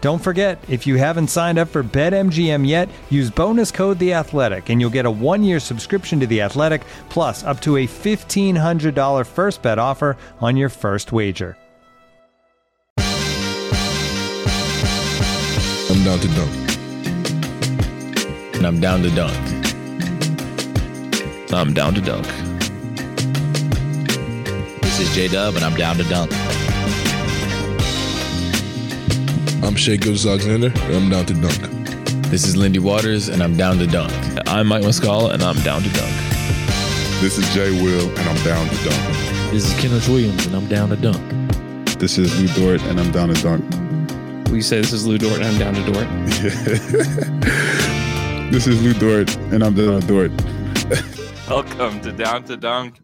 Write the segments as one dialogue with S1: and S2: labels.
S1: Don't forget, if you haven't signed up for BetMGM yet, use bonus code The Athletic, and you'll get a one-year subscription to The Athletic, plus up to a fifteen hundred dollar first bet offer on your first wager.
S2: I'm down to dunk.
S3: And I'm down to dunk. I'm down to dunk. This is J Dub, and I'm down to dunk.
S2: I'm Shea Gilgis Alexander, and I'm down to dunk.
S3: This is Lindy Waters, and I'm down to dunk. I'm Mike Muscala, and I'm down to dunk.
S4: This is Jay Will, and I'm down to dunk.
S3: This is Kenneth Williams, and I'm down to dunk.
S4: This is Lou Dort, and I'm down to dunk.
S5: We say this is Lou Dort and I'm down to Dort.
S4: This is Lou Dort, and I'm down to Dort.
S6: Welcome to Down to Dunk.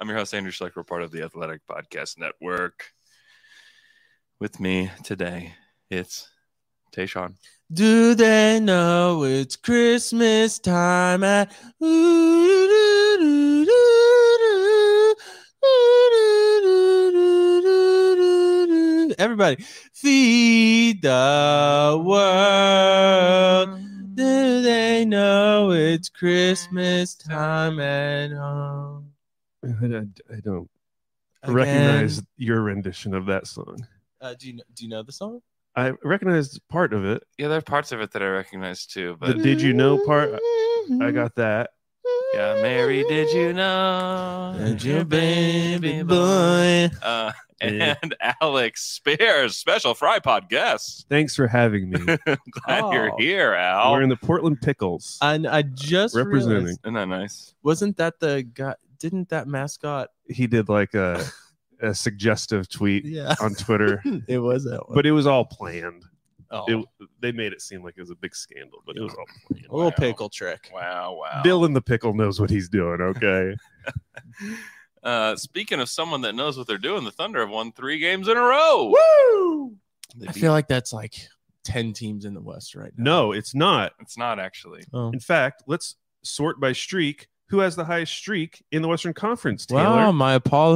S6: I'm your host, Andrew Schleck. We're part of the Athletic Podcast Network. With me today, it's Tayshawn.
S7: Do they know it's Christmas time at Everybody feed the world. Do they know it's Christmas time at home?
S8: I, I don't
S7: Again.
S8: recognize your rendition of that song.
S7: Uh, do you know, do you know the song?
S8: I recognized part of it.
S6: Yeah, there are parts of it that I recognize too,
S8: The
S6: but
S8: did you know part? I got that.
S6: yeah, Mary, did you know?
S7: And your baby boy.
S6: Uh,
S8: Yeah.
S6: and Alex Spears, special fry pod guest.
S8: Thanks for having me.
S6: Glad you're
S7: Oh.
S6: here, Al.
S8: We're in the Portland Pickles.
S7: And I just
S8: Representing.
S7: realized,
S6: Isn't that nice?
S7: wasn't that the guy? Didn't that mascot?
S8: he did like a, a suggestive tweet
S7: Yeah,
S8: on Twitter,
S7: it was that one.
S8: but it was all planned.
S7: oh,
S8: It, they made it seem like it was a big scandal, but it was all planned.
S7: a little
S6: wow.
S7: pickle trick.
S6: Wow, wow.
S8: Dylan the Pickle knows what he's doing. Okay.
S6: Uh, speaking of someone that knows what they're doing, the Thunder have won three games in a row.
S7: Woo!
S6: They
S7: I
S6: beat-
S7: feel like that's like ten teams in the West right now.
S8: no, it's not.
S6: it's not actually.
S7: Oh.
S8: In fact, let's sort by streak. Who has the highest streak in the Western Conference? Taylor.
S7: Wow, my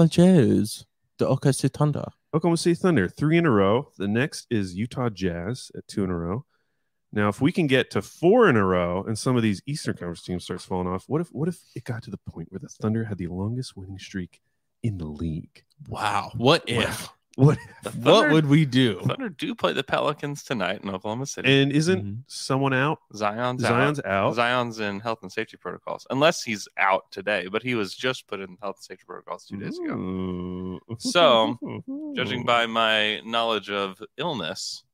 S7: apologies. The OKC Thunder.
S8: Oklahoma City Thunder, three in a row. The next is Utah Jazz at two in a row. Now, if we can get to four in a row and some of these Eastern Conference teams starts falling off, what if what if it got to the point where the Thunder had the longest winning streak in the league?
S7: Wow, what if?
S8: What
S6: The Thunder,
S7: What would we do?
S6: Thunder do play the Pelicans tonight in Oklahoma City?
S8: and isn't
S7: Mhm.
S8: someone out?
S6: Zion's
S8: Zion's
S6: out.
S8: out.
S6: Zion's in health and safety protocols, unless he's out today. But he was just put in health and safety protocols two days ago.
S8: Ooh.
S6: So, Judging by my knowledge of illness,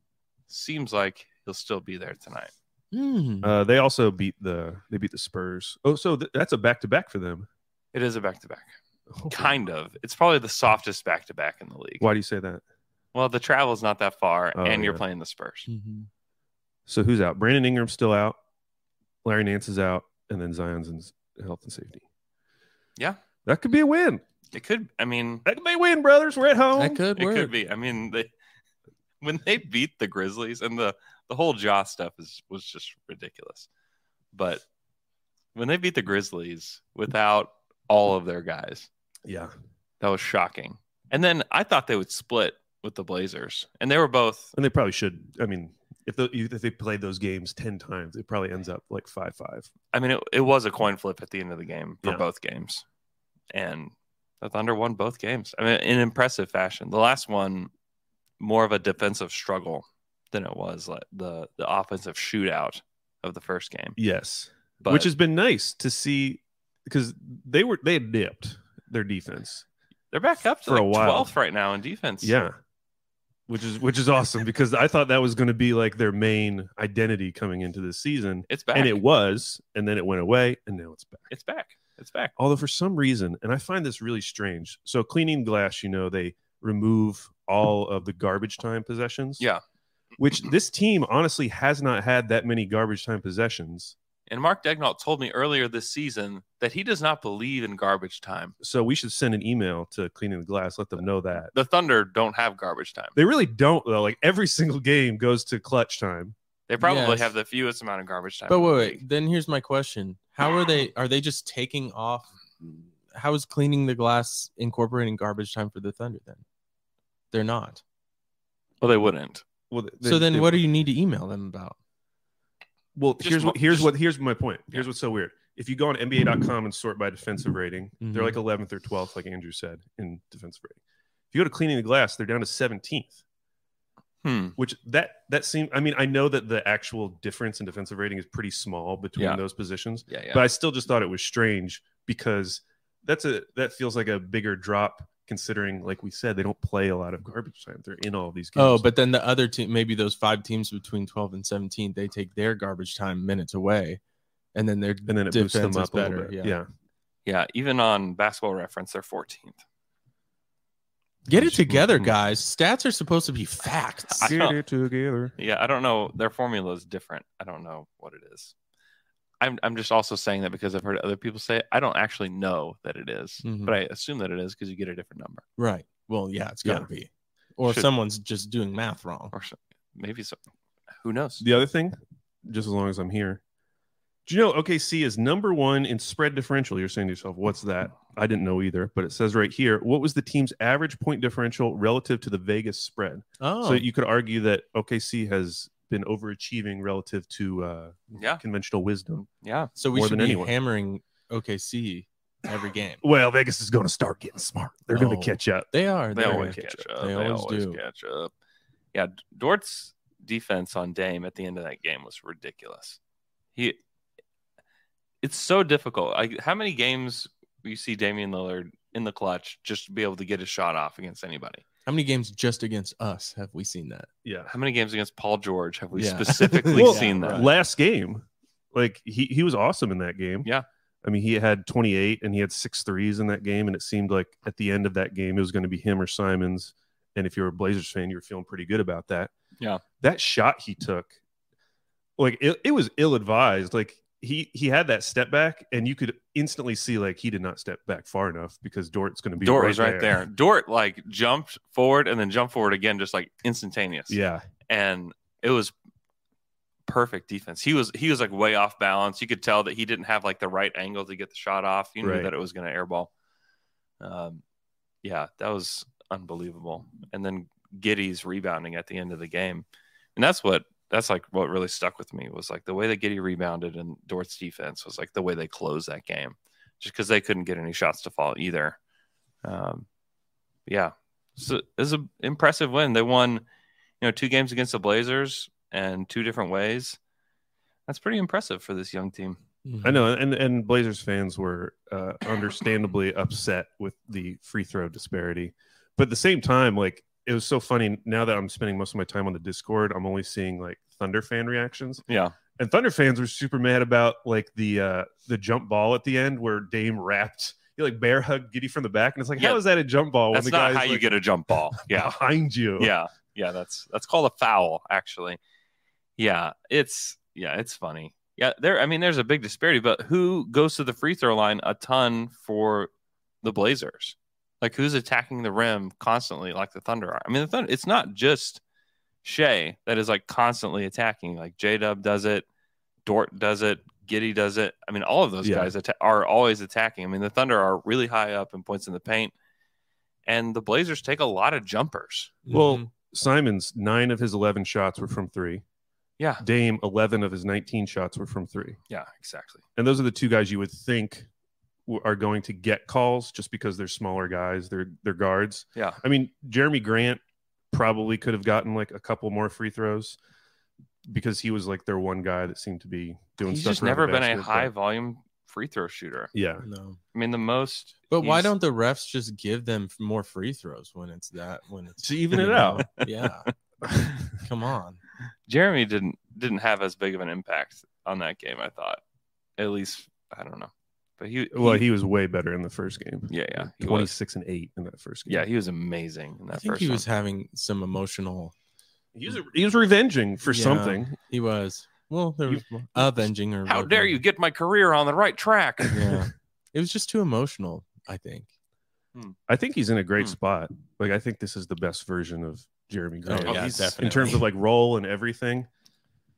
S6: seems like he'll still be there tonight.
S7: Hmm.
S8: uh, they also beat the they beat the Spurs. Oh, so th- that's a back to back for them.
S6: It is a back to back, kind of. It's probably the softest back to back in the league.
S8: Why do you say that?
S6: Well, the travel's not that far,
S8: Oh,
S6: and you're
S8: yeah.
S6: playing the Spurs.
S7: Mhm.
S8: So who's out? Brandon Ingram's still out. Larry Nance is out, and then Zion's in health and safety.
S6: Yeah,
S8: That could be a win.
S6: it could. I mean,
S8: That could be a win, brothers. We're at home.
S7: That could
S6: it
S7: work.
S6: could be. I mean, they when they beat the Grizzlies and the the whole jaw stuff is was just ridiculous. But when they beat the Grizzlies without all of their guys,
S8: Yeah.
S6: that was shocking. And then I thought they would split with the Blazers, and they were both.
S8: And they probably should. I mean, if, the, if they played those games 10 times, it probably ends up like 5 5.
S6: I mean, it, it was a coin flip at the end of the game for
S8: Yeah.
S6: both games, and the Thunder won both games. I mean, in impressive fashion. The last one, more of a defensive struggle than it was like the the offensive shootout of the first game.
S8: Yes,
S6: But
S8: which has been nice to see because they were they had dipped their defense.
S6: they're back up to
S8: for a
S6: like
S8: while.
S6: 12th right now in defense.
S8: Yeah. Which is which is awesome because I thought that was going to be like their main identity coming into this season,
S6: It's back.
S8: and it was, and then it went away, and now it's back.
S6: It's back. It's back.
S8: Although for some reason, and I find this really strange. So cleaning glass, you know, they remove all of the garbage time possessions.
S6: Yeah.
S8: Which this team honestly has not had that many garbage time possessions.
S6: And Mark Degnault told me earlier this season that he does not believe in garbage time.
S8: So we should send an email to cleaning the glass, let them know that.
S6: The Thunder don't have garbage time.
S8: They really don't though. Like every single game goes to clutch time.
S6: They probably
S7: Yes.
S6: have the fewest amount of garbage time.
S7: But
S6: in the
S7: wait,
S6: league.
S7: wait, then here's my question: How are they? Are they just taking off? How is cleaning the glass incorporating garbage time for the Thunder? Then they're not.
S6: Well, they wouldn't.
S8: Well,
S7: so then, what
S8: do
S7: do you need to email them about?
S8: Well,
S6: Just
S8: here's
S6: mo-
S8: what here's
S6: just-
S8: what here's my point. Here's what's so weird. If you go on NBA.com and sort by defensive rating, they're
S7: Mhm.
S8: like 11th or 12th, like Andrew said, in defensive rating. If you go to cleaning the glass, they're down to 17th,
S6: Hmm.
S8: which that that seems. I mean, I know that the actual difference in defensive rating is pretty small between
S6: Yeah.
S8: those positions,
S6: Yeah, yeah.
S8: but I still just thought it was strange because that's a that feels like a bigger drop considering, like we said, they don't play a lot of garbage time. They're in all of these games.
S7: Oh, but then the other team, maybe those five teams between 12 and 17, they take their garbage time minutes away, and then they're
S8: and then it boosts them
S7: defense is
S8: up a little
S7: better,
S8: bit. Yeah.
S7: yeah.
S6: yeah, even on basketball reference, they're 14th.
S7: get it together, guys. Stats are supposed to be facts.
S6: I don't-
S8: it together.
S6: Yeah, I don't know. Their formula is different. I don't know what it is. I'm, I'm just also saying that because I've heard other people say it. I don't actually know that it is,
S7: Mhm.
S6: but I assume that it is because you get a different number.
S7: Right. Well, yeah, it's got to be. Or
S6: Should-
S7: someone's just doing math wrong.
S6: Or so- maybe so. Who knows?
S8: The other thing, just as long as I'm here, do you know OKC is number one in spread differential? You're saying to yourself, what's that? I didn't know either, but it says right here, what was the team's average point differential relative to the Vegas spread?
S7: Oh,
S8: So you could argue that OKC has been overachieving relative to uh,
S6: Yeah.
S8: conventional wisdom.
S6: Yeah.
S7: so we
S8: more
S7: should
S8: than
S7: be
S8: anyone.
S7: hammering OKC every game.
S8: Well, Vegas is going to start getting smart. They're going
S7: No.
S8: to catch up.
S7: They are.
S6: They
S7: they're
S6: always
S7: gonna
S6: catch
S7: catch
S6: up.
S7: They always do.
S6: catch up. Yeah. Dort's defense on Dame at the end of that game was ridiculous. He, it's so difficult. Like, how many games you see Damian Lillard in the clutch just to be able to get a shot off against anybody?
S7: How many games just against us have we seen that?
S8: Yeah.
S6: How many games against Paul George have we
S7: Yeah.
S6: specifically
S8: Well,
S6: seen that?
S7: right.
S8: Last game, like he, he was awesome in that game.
S6: Yeah.
S8: I mean, he had 28 and he had six threes in that game. And it seemed like at the end of that game, it was going to be him or Simons. And if you're a Blazers fan, you're feeling pretty good about that.
S6: Yeah.
S8: That shot he took, like it, it was ill advised. Like he, he had that step back and you could instantly see like he did not step back far enough because Dort's going to be
S6: Dort was right there. Dort like jumped forward and then jumped forward again, just like instantaneous.
S8: Yeah.
S6: and it was perfect defense. He was he was like way off balance. You could tell that he didn't have like the right angle to get the shot off. You knew
S8: Right.
S6: that it was going to airball. Um, yeah, that was unbelievable. And then Giddy's rebounding at the end of the game, and that's what that's like what really stuck with me was like the way that Giddy rebounded and Dort's defense was like the way they closed that game, just because they couldn't get any shots to fall either. Um, yeah, so it was an impressive win. They won, you know, two games against the Blazers and two different ways. That's pretty impressive for this young team.
S8: I know. And, and Blazers fans were uh, understandably upset with the free throw disparity. But at the same time, like it was so funny. Now that I'm spending most of my time on the Discord, I'm only seeing like Thunder fan reactions.
S6: Yeah,
S8: And Thunder fans were super mad about like the uh the jump ball at the end where Dame wrapped he like bear hugged Giddy from the back. And it's like,
S6: Yeah.
S8: how is that a jump ball
S6: that's
S8: when the
S6: not
S8: guy's
S6: how you
S8: like,
S6: get a jump ball. Yeah,
S8: behind you?
S6: yeah, yeah. That's that's called a foul, actually. Yeah, it's yeah, it's funny. Yeah, there. I mean, there's a big disparity, but who goes to the free throw line a ton for the Blazers? Like, who's attacking the rim constantly, like the Thunder are? I mean, the Thunder. It's not just Shea that is like constantly attacking. Like J Dub does it, Dort does it, Giddy does it. I mean, all of those
S8: Yeah.
S6: guys atta- are always attacking. I mean, the Thunder are really high up in points in the paint, and the Blazers take a lot of jumpers.
S8: Well,
S9: Mm-hmm.
S8: Simon's nine of his eleven shots were from three.
S6: Yeah,
S8: Dame, eleven of his nineteen shots were from three.
S6: Yeah, exactly.
S8: and those are the two guys you would think w- are going to get calls just because they're smaller guys, they're they're guards.
S6: Yeah.
S8: I mean, Jeremy Grant probably could have gotten like a couple more free throws because he was like their one guy that seemed to be doing
S6: He's
S8: stuff.
S6: just
S8: around
S6: never
S8: the
S6: been a
S8: basket, but-
S6: high volume free throw shooter.
S8: Yeah.
S7: Mm-hmm.
S9: No.
S6: I mean, the most.
S9: But why
S6: he's-
S9: don't the refs just give them f- more free throws when it's that when it's
S8: To even
S9: you
S8: it
S9: know?
S8: out.
S9: Yeah. Come on.
S6: Jeremy didn't didn't have as big of an impact on that game? I thought, at least I don't know. But he,
S8: Well, he was way better in the first game.
S6: Yeah, yeah, he was.
S8: 26 and 8 in that first game.
S6: yeah, he was amazing in that
S9: I think
S6: first
S9: he was
S6: one.
S9: having some emotional.
S8: He was, he was revenging for
S9: Yeah.
S8: something.
S9: He was well, there
S8: You-
S9: was more- avenging or
S6: How dare
S9: whatever.
S6: you get my career on the right track?
S9: Yeah, it was just too emotional. I think.
S8: I think he's in a great
S6: Hmm.
S8: spot. Like, I think this is the best version of Jeremy Grant
S6: Oh, yeah, he's-
S8: in terms of like role and everything.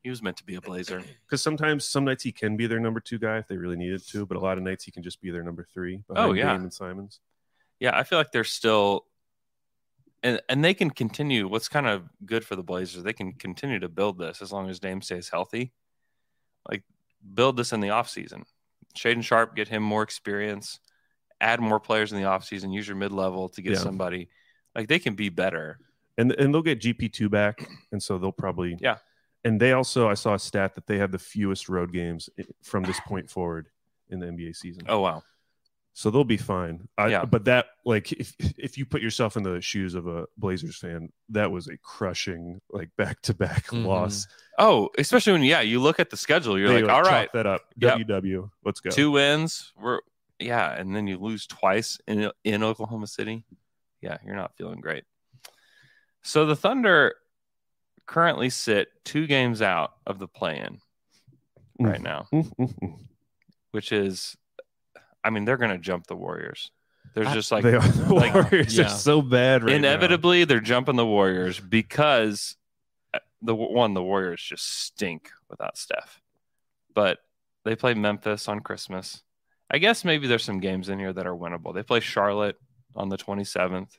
S6: He was meant to be a blazer.
S8: Because sometimes, some nights he can be their number two guy if they really needed to, but a lot of nights he can just be their number three. behind
S6: Oh, yeah.
S8: Dame and Simons.
S6: Yeah, I feel like they're still and and they can continue what's kind of good for the Blazers, they can continue to build this as long as Dame stays healthy. Like build this in the offseason. Shaden Sharp, get him more experience, add more players in the offseason, use your mid level to get
S8: Yeah.
S6: somebody. Like they can be better.
S8: and and they'll get GP two back, and so they'll probably
S6: Yeah.
S8: And they also, I saw a stat that they have the fewest road games i- from this point forward in the NBA season.
S6: Oh wow.
S8: so they'll be fine. I,
S6: Yeah.
S8: But that, like, if if you put yourself in the shoes of a Blazers fan, that was a crushing, like, back to back
S9: Mhm.
S8: loss.
S6: Oh, especially when yeah, you look at the schedule, Mm-hmm. you're
S8: They,
S6: like, all
S8: chalk
S6: right,
S8: that up.
S6: Yep.
S8: WW, let's go.
S6: two wins. We're yeah, and then you lose twice in in Oklahoma City. Yeah, you're not feeling great. So the Thunder currently sit two games out of the play-in
S8: Mm.
S6: right now,
S8: Mm, mm, mm.
S6: which is, I mean, they're going to jump the Warriors. There's just like
S8: they are, the
S6: like-
S8: Warriors
S9: Yeah.
S8: are so bad right now.
S6: inevitably they're jumping the Warriors because uh, the one the Warriors just stink without Steph. But they play Memphis on Christmas. I guess maybe there's some games in here that are winnable. They play Charlotte on the 27th.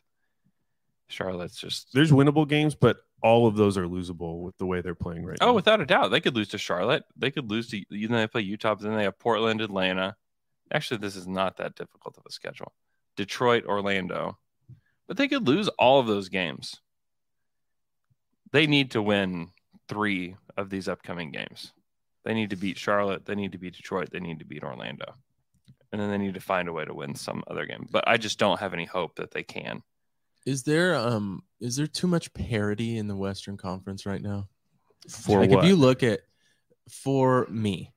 S6: Charlotte's just
S8: There's winnable games, but all of those are losable with the way they're playing right now.
S6: Oh, without a doubt, they could lose to Charlotte. They could lose to then they play Utah, but then they have Portland, Atlanta. Actually, this is not that difficult of a schedule. Detroit, Orlando, but they could lose all of those games. They need to win three of these upcoming games. They need to beat Charlotte. They need to beat Detroit. They need to beat Orlando, and then they need to find a way to win some other game. But I just don't have any hope that they can.
S9: Is there um is there too much parity in the Western Conference right now?
S8: for
S9: like
S8: what?
S9: if you look at for me,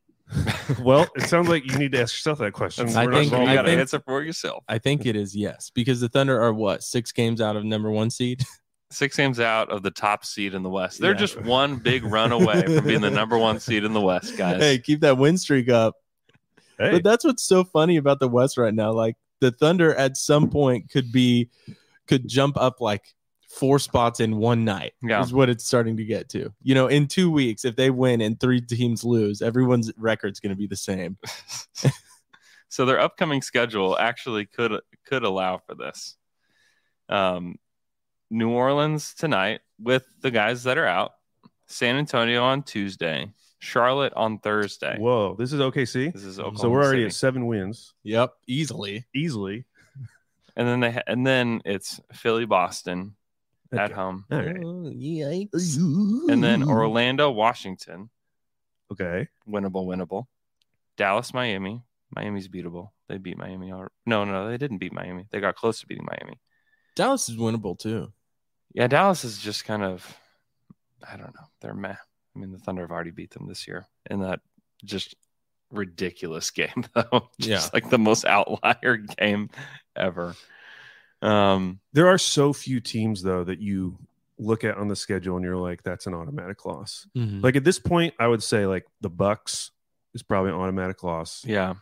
S8: Well, it sounds like you need to ask yourself that question.
S9: I
S8: We're not
S9: think-
S8: solving
S9: I
S6: you got to
S9: think-
S6: answer for yourself.
S9: I think it is yes because the Thunder are what six games out of number one seed.
S6: six games out of the top seed in the West. They're
S9: Yeah.
S6: just one big run away from being the number one seed in the West, guys.
S9: hey, keep that win streak up.
S8: Hey,
S9: But that's what's so funny about the West right now. Like the Thunder at some point could be could jump up like four spots in one night
S6: Yeah.
S9: is what it's starting to get to. You know, in two weeks, if they win and three teams lose, everyone's record's gonna be the same.
S6: so their upcoming schedule actually could could allow for this. Um, New Orleans tonight with the guys that are out. San Antonio on Tuesday. Charlotte on Thursday.
S8: whoa, this is OKC.
S6: This is Oklahoma
S8: so we're already
S6: City.
S8: at seven wins
S9: Yep, easily.
S8: easily.
S6: and then they ha- and then it's Philly Boston at
S8: Okay.
S6: home,
S8: All right.
S6: and then Orlando Washington.
S8: Okay.
S6: winnable, winnable. Dallas, Miami. Miami's beatable. They beat Miami. Or no, no, they didn't beat Miami. They got close to beating Miami.
S9: Dallas is winnable too.
S6: Yeah, Dallas is just kind of, I don't know. They're meh. I mean, the Thunder have already beat them this year in that just ridiculous game, though. Just
S9: Yeah.
S6: like the most outlier game ever. Um,
S8: There are so few teams though that you look at on the schedule and you're like, that's an automatic
S6: Mm-hmm.
S8: loss. Like at this point, I would say like the Bucks is probably an automatic loss.
S6: yeah.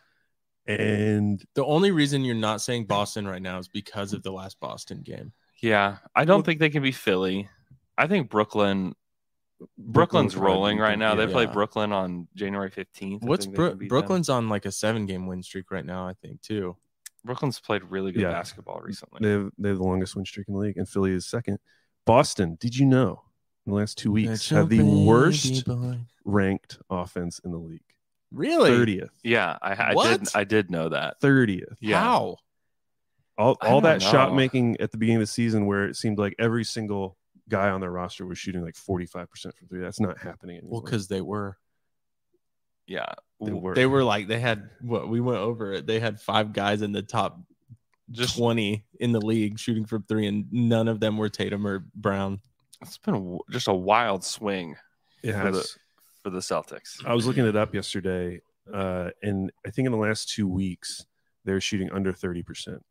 S8: And
S9: The only reason you're not saying Boston right now is because of the last Boston game.
S6: Yeah. I don't think they can be Philly. I think Brooklyn. Brooklyn's,
S8: Brooklyn's
S6: rolling right now. They play
S9: Yeah.
S6: Brooklyn on January 15th. I
S9: What's
S6: think they can
S9: Bro-
S6: beat them.
S9: Brooklyn's on like a seven game win streak right now, I think too.
S6: Brooklyn's played really good
S8: Yeah.
S6: basketball recently.
S8: they have they have the longest win streak in the league, and Philly is second. Boston, did you know in the last two weeks have the worst ranked offense in the league?
S9: Really?
S8: Thirtieth.
S6: yeah, I, I
S9: What?
S6: did. I did know that.
S8: Thirtieth.
S6: Yeah.
S9: How?
S8: all,
S6: I
S8: all
S6: don't
S8: that shot
S6: know.
S8: making at the beginning of the season where it seemed like every single guy on their roster was shooting like 45% from three. That's not happening anymore.
S7: Well, because they were.
S6: Yeah.
S8: they were,
S7: They were like they had what we went over it. They had five guys in the top
S6: Just
S7: 20 in the league shooting from three, and none of them were Tatum or Brown.
S6: it's been a w- just a wild swing
S8: it
S6: for the-
S8: has-
S6: for the Celtics.
S8: I was looking it up yesterday, uh, and I think in the last two weeks they're shooting under thirty percent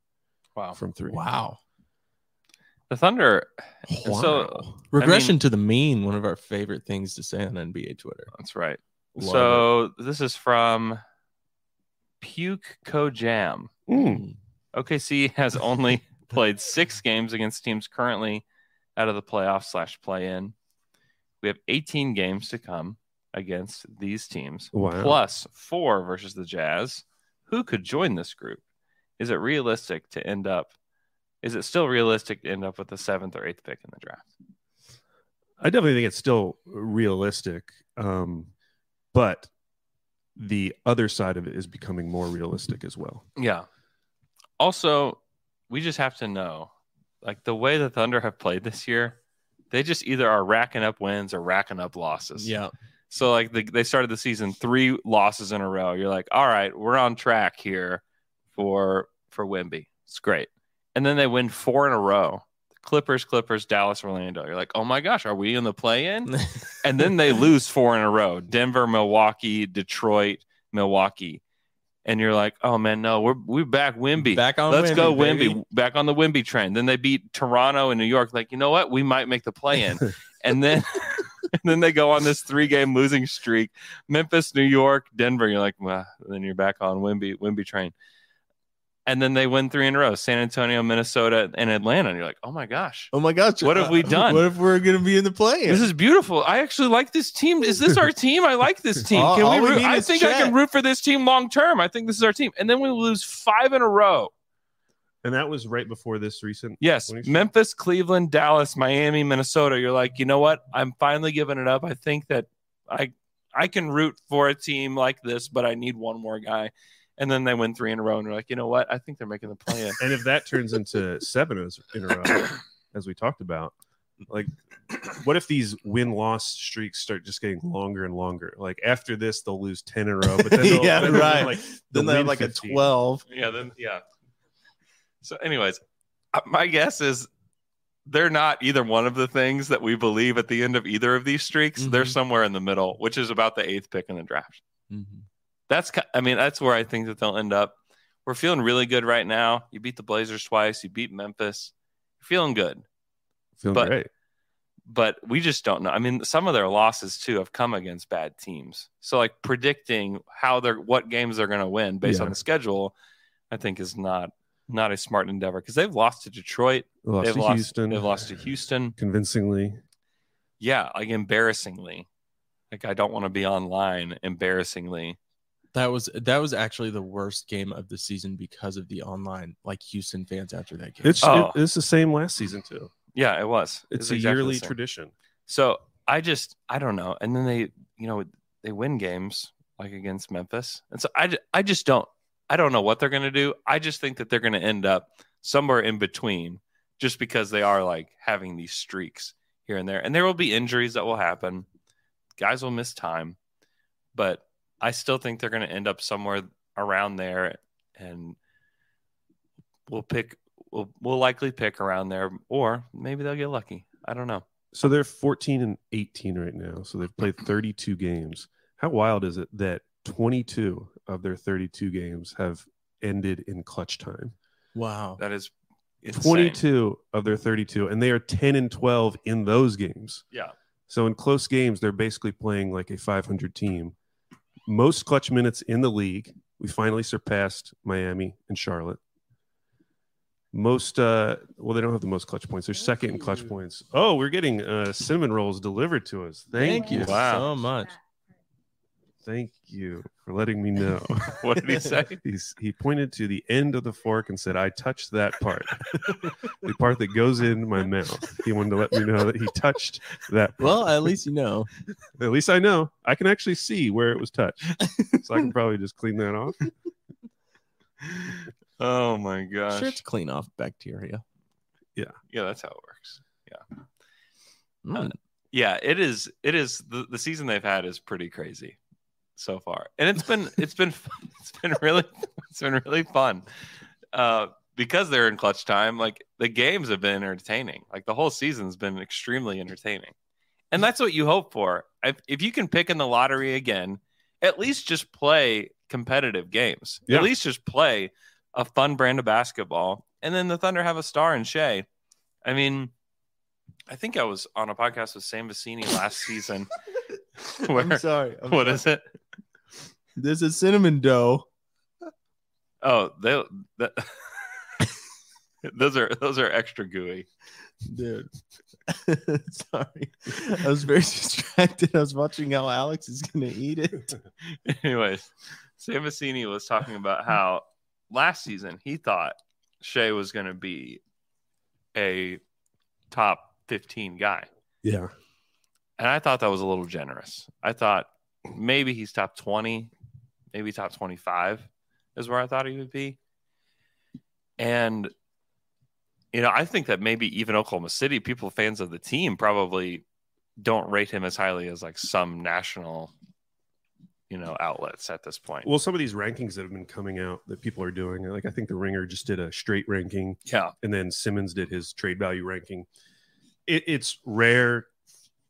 S6: Wow.
S8: from three.
S7: Wow.
S6: The Thunder.
S8: Wow.
S6: So
S7: Regression
S6: I mean-
S7: to the mean, one of our favorite things to say on NBA Twitter.
S6: That's right.
S8: Love
S6: so this is from Puke Co Jam.
S8: Mm.
S6: OKC has only played six games against teams currently out of the playoffs slash play in. We have 18 games to come against these teams,
S8: Wow.
S6: plus four versus the Jazz. Who could join this group? Is it realistic to end up? Is it still realistic to end up with the seventh or eighth pick in the draft?
S8: I definitely think it's still realistic, um, but the other side of it is becoming more realistic as well.
S6: Yeah. Also, we just have to know, like the way the Thunder have played this year, they just either are racking up wins or racking up losses.
S7: Yeah.
S6: So like the, they started the season three losses in a row. You're like, all right, we're on track here for for Wimby. It's great. And then they win four in a row. Clippers, Clippers, Dallas, Orlando. You're like, oh my gosh, are we in the play in? and then they lose four in a row denver milwaukee detroit milwaukee and you're like oh man no we're we're back wimby
S7: Back on
S6: let's go wimby
S7: baby.
S6: back on the wimby train then they beat toronto and new york like you know what we might make the play in and then and then they go on this three game losing streak memphis new york denver you're like well then you're back on wimby wimby train and then they win three in a row san antonio minnesota and atlanta and you're like oh my gosh
S7: Oh my gosh.
S6: What have we done?
S7: What if we're going to be in the play?
S6: this is beautiful. I actually like this team. Is this our team? I like this team.
S7: All-
S6: Can
S7: all
S6: we?
S7: we
S6: root-
S7: need
S6: I
S7: is
S6: think I
S7: Chet.
S6: can root for this team long term. I think this is our team. And then we lose five in a row.
S8: And that was right before this recent.
S6: Yes,
S8: What do you say?
S6: Memphis, Cleveland, Dallas, Miami, Minnesota. You're like, you know what? I'm finally giving it up. I think that I I can root for a team like this, but I need one more guy. And then they win three in a row, and you're like, you know what? I think they're making the play.
S8: And if that turns into seven as- in a row, as we talked about, like what if these win loss streaks start just getting longer and longer? Like after this, they'll lose ten in a row, but then they'll,
S7: Yeah,
S8: then they'll,
S7: right.
S8: like,
S7: then they
S8: the
S7: have
S8: win
S7: like
S8: 15.
S7: a 12.
S6: yeah, then yeah. So, anyways, uh, my guess is they're not either one of the things that we believe at the end of either of these streaks. They're
S7: Mhm.
S6: somewhere in the middle, which is about the eighth pick in the draft. That's ki- I mean, that's where I think that they'll end up. We're feeling really good right now. You beat the Blazers twice. You beat Memphis. You're feeling good,
S8: Feeling
S6: but-
S8: great.
S6: but we just don't know. I mean, some of their losses too have come against bad teams. So like predicting how they're what games they're going to win based
S8: Yeah.
S6: on the schedule, I think is not not a smart endeavor because they've lost to Detroit.
S8: They lost
S6: they've
S8: to
S6: lost.
S8: Houston.
S6: They've lost to Houston.
S8: convincingly.
S6: Yeah, like embarrassingly. Like I don't want to be online embarrassingly.
S7: That was that was actually the worst game of the season because of the online like Houston fans after that game.
S8: It's
S6: Oh.
S8: it- it's the same last season too.
S6: Yeah, it was. It
S8: It's,
S6: was
S8: a
S6: exactly the
S8: yearly
S6: same.
S8: tradition.
S6: So I just I don't know. And then they you know they win games like against Memphis, and so I ju- I just don't I don't know what they're gonna do. I just think that they're gonna end up somewhere in between, just because they are like having these streaks here and there, and there will be injuries that will happen. Guys will miss time, but I still think they're gonna end up somewhere around there, and we'll pick. We'll, we'll likely pick around there, or maybe they'll get lucky. I don't know.
S8: So they're 14 and 18 right now. So they've played 32 games. How wild is it that 22 of their 32 games have ended in clutch time?
S7: wow.
S6: That is insane.
S8: 22 of their 32 and they are 10 and 12 in those games.
S6: Yeah.
S8: So in close games they're basically playing like a 500 team. Most clutch minutes in the league. We finally surpassed Miami and Charlotte. Most uh well they don't have the most clutch points. They're second in clutch points. Oh, we're getting uh cinnamon rolls delivered to us. Thank,
S7: Thank you
S8: Wow.
S7: so much.
S8: Thank you for letting me know.
S6: What did he say?
S8: He's, he pointed to the end of the fork and said, I touched that part, the part that goes in my mouth. He wanted to let me know that he touched that. Part.
S7: Well, at least you know.
S8: At least I know. I can actually see where it was touched. So I can probably just clean that off.
S6: Oh my gosh.
S7: Sure, it's clean off bacteria.
S6: Yeah, that's how it works. Yeah.
S7: Mm.
S6: yeah it is it is the, the season they've had is pretty crazy so far and it's been it's been fun. it's been really it's been really fun uh because they're in clutch time like the games have been entertaining like the whole season's been extremely entertaining and that's what you hope for if, if you can pick in the lottery again at least just play competitive games
S8: Yeah.
S6: at least just play a fun brand of basketball and then the thunder have a star in shay i mean i think i was on a podcast with sam Vecini last season
S7: I'm
S6: Where-
S7: sorry. I'm
S6: what
S7: sorry.
S6: is it
S7: There's a cinnamon dough.
S6: Oh, they that, those are those are extra gooey.
S7: Dude. sorry. I was very distracted. I was watching how Alex is going to eat it.
S6: Anyways, Sam Vecini was talking about how last season he thought Shea was going to be a top 15 guy.
S8: Yeah.
S6: And I thought that was a little generous. I thought maybe he's top 20, maybe top 25 is where I thought he would be. And, you know, I think that maybe even Oklahoma City, people, fans of the team, probably don't rate him as highly as like some national, you know, outlets at this point.
S8: Well, some of these rankings that have been coming out that people are doing, like I think the Ringer just did a straight ranking,
S6: yeah.
S8: and then Simmons did his trade value ranking. It, it's rare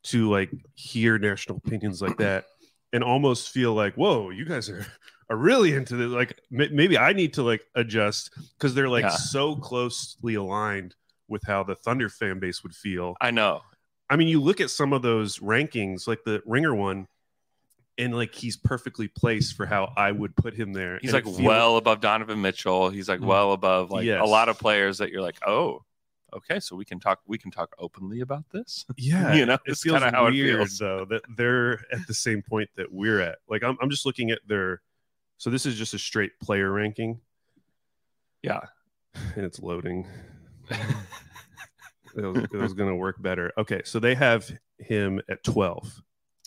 S8: to like hear national opinions like that, and almost feel like, whoa, you guys are are really into this. Like may- maybe I need to like adjust because they're like
S6: Yeah.
S8: so closely aligned with how the Thunder fan base would feel.
S6: I know.
S8: I mean, you look at some of those rankings, like the Ringer one, and like he's perfectly placed for how I would put him there.
S6: He's
S8: And it
S6: like
S8: feels-
S6: well above Donovan Mitchell. He's like well above like
S8: Yes.
S6: a lot of players that you're like, oh, okay, so we can talk we can talk openly about this.
S8: yeah.
S6: you know,
S8: it
S6: it's
S8: feels
S6: kinda how it
S8: weird,
S6: feels.
S8: though that they're at the same point that we're at. Like I'm, I'm just looking at their. So this is just a straight player ranking,
S6: Yeah.
S8: and it's loading. it was, it was going to work better. Okay, so they have him at twelve.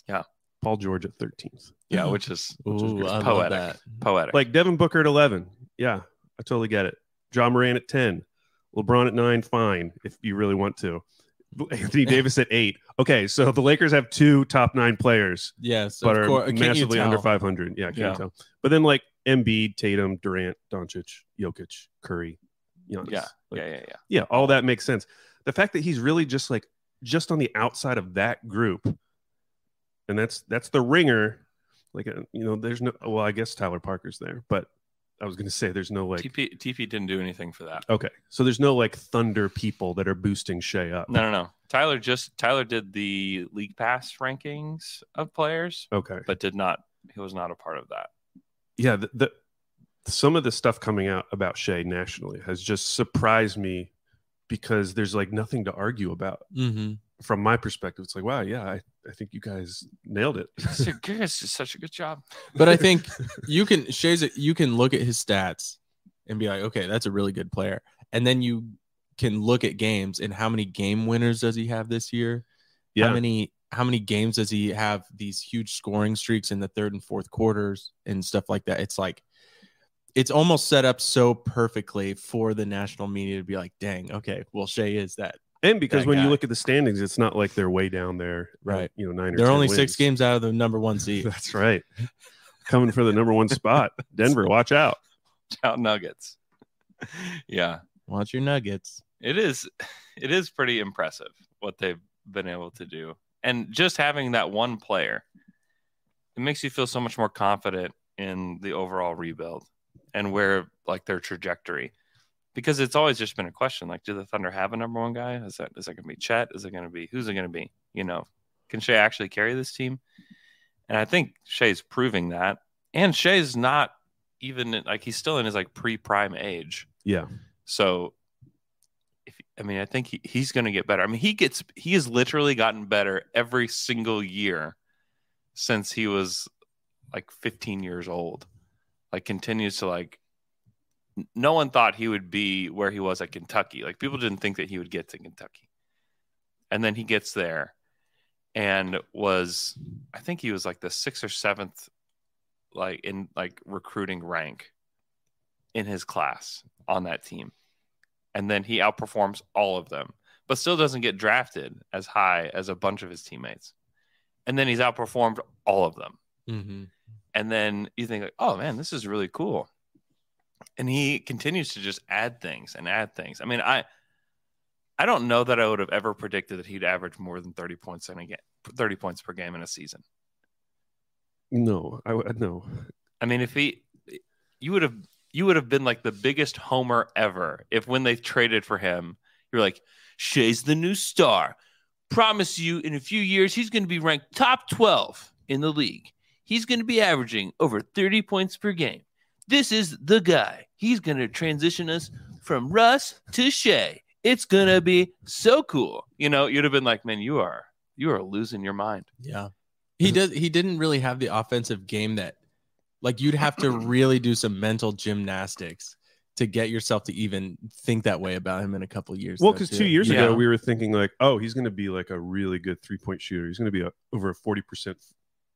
S6: Yeah.
S8: Paul George at thirteenth.
S6: Yeah, which is, which is
S7: Ooh,
S6: great.
S7: I love
S6: poetic.
S7: that.
S6: Poetic.
S8: Like Devin Booker at 11. Yeah, I totally get it. John Moran at 10. LeBron at 9, fine, if you really want to. Anthony Davis at 8. Okay, so the Lakers have two top 9 players,
S7: Yes,
S8: but
S7: of
S8: are
S7: course. Can't you
S8: massively under
S7: tell?
S8: 500. Yeah, can't
S6: Yeah.
S8: tell. But then like Embiid, Tatum, Durant, Doncic, Jokic, Curry, Giannis.
S6: yeah,
S8: Like,
S6: yeah, yeah, yeah.
S8: yeah, all that makes sense. The fact that he's really just like just on the outside of that group, and that's that's the ringer. Like uh, you know, there's no. Well, I guess Tyler Parker's there, but I was gonna say there's no like.
S6: TP TP didn't do anything for that.
S8: Okay, so there's no like Thunder people that are boosting Shea up.
S6: No, no, no. Tyler just Tyler did the league pass rankings of players,
S8: Okay.
S6: but did not. He was not a part of that.
S8: yeah, the, the some of the stuff coming out about Shea nationally has just surprised me because there's like nothing to argue about
S7: Mhm.
S8: from my perspective. It's like, wow, yeah, I, I think you guys nailed it.
S6: It's a- it's just such a good job.
S7: But I think you can Shay's you can look at his stats and be like, okay, that's a really good player. And then you can look at games and how many game winners does he have this year? How many how many games does he have these huge scoring streaks in the third and fourth quarters and stuff like that? It's like it's almost set up so perfectly for the national media to be like, dang, okay, well, Shea is that.
S8: And because
S7: that
S8: when you
S7: guy.
S8: look at the standings, it's not like they're way down there,
S7: Right.
S8: You know, nine. Or
S7: They're
S8: 10
S7: only six
S8: wins.
S7: games out of the number one seed.
S8: That's right. Coming for the number one spot, Denver. Watch out.
S6: Out Nuggets. Yeah,
S7: Watch your nuggets.
S6: it is. It is pretty impressive what they've been able to do, and just having that one player, it makes you feel so much more confident in the overall rebuild and where like their trajectory. Because it's always just been a question like, do the Thunder have a number one guy? Is that is that gonna be Chet? Is it gonna be who's it gonna be? You know, can Shea actually carry this team? And I think Shea's proving that. And Shea's not even like he's still in his like pre prime age.
S8: Yeah.
S6: So if I mean I think he, he's gonna get better. I mean he gets he has literally gotten better every single year since he was like 15 years old like continues to like n- no one thought he would be where he was at Kentucky. Like people didn't think that he would get to Kentucky. And then he gets there and was I think he was like the 6th or 7th like in like recruiting rank in his class on that team. And then he outperforms all of them but still doesn't get drafted as high as a bunch of his teammates. And then he's outperformed all of them.
S7: Mm-hmm.
S6: And then you think, like, oh man, this is really cool. And he continues to just add things and add things. I mean, I I don't know that I would have ever predicted that he'd average more than 30 points in a game, 30 points per game in a season.
S8: No, I would- no.
S6: I mean, if he you would have you would have been like the biggest homer ever if when they traded for him, you're like, Shea's the new star. Promise you in a few years he's gonna be ranked top twelve in the league. He's gonna be averaging over 30 points per game. This is the guy. He's gonna transition us from Russ to Shea. It's gonna be so cool. You know, you'd have been like, Man, you are you are losing your mind.
S7: Yeah. He does he didn't really have the offensive game that like you'd have to really do some mental gymnastics to get yourself to even think that way about him in a couple of years.
S8: Well,
S7: though,
S8: because
S7: too.
S8: two years
S6: Yeah.
S8: ago we were thinking like, oh, he's going to be like a really good three point shooter. He's going to be a, over a forty percent,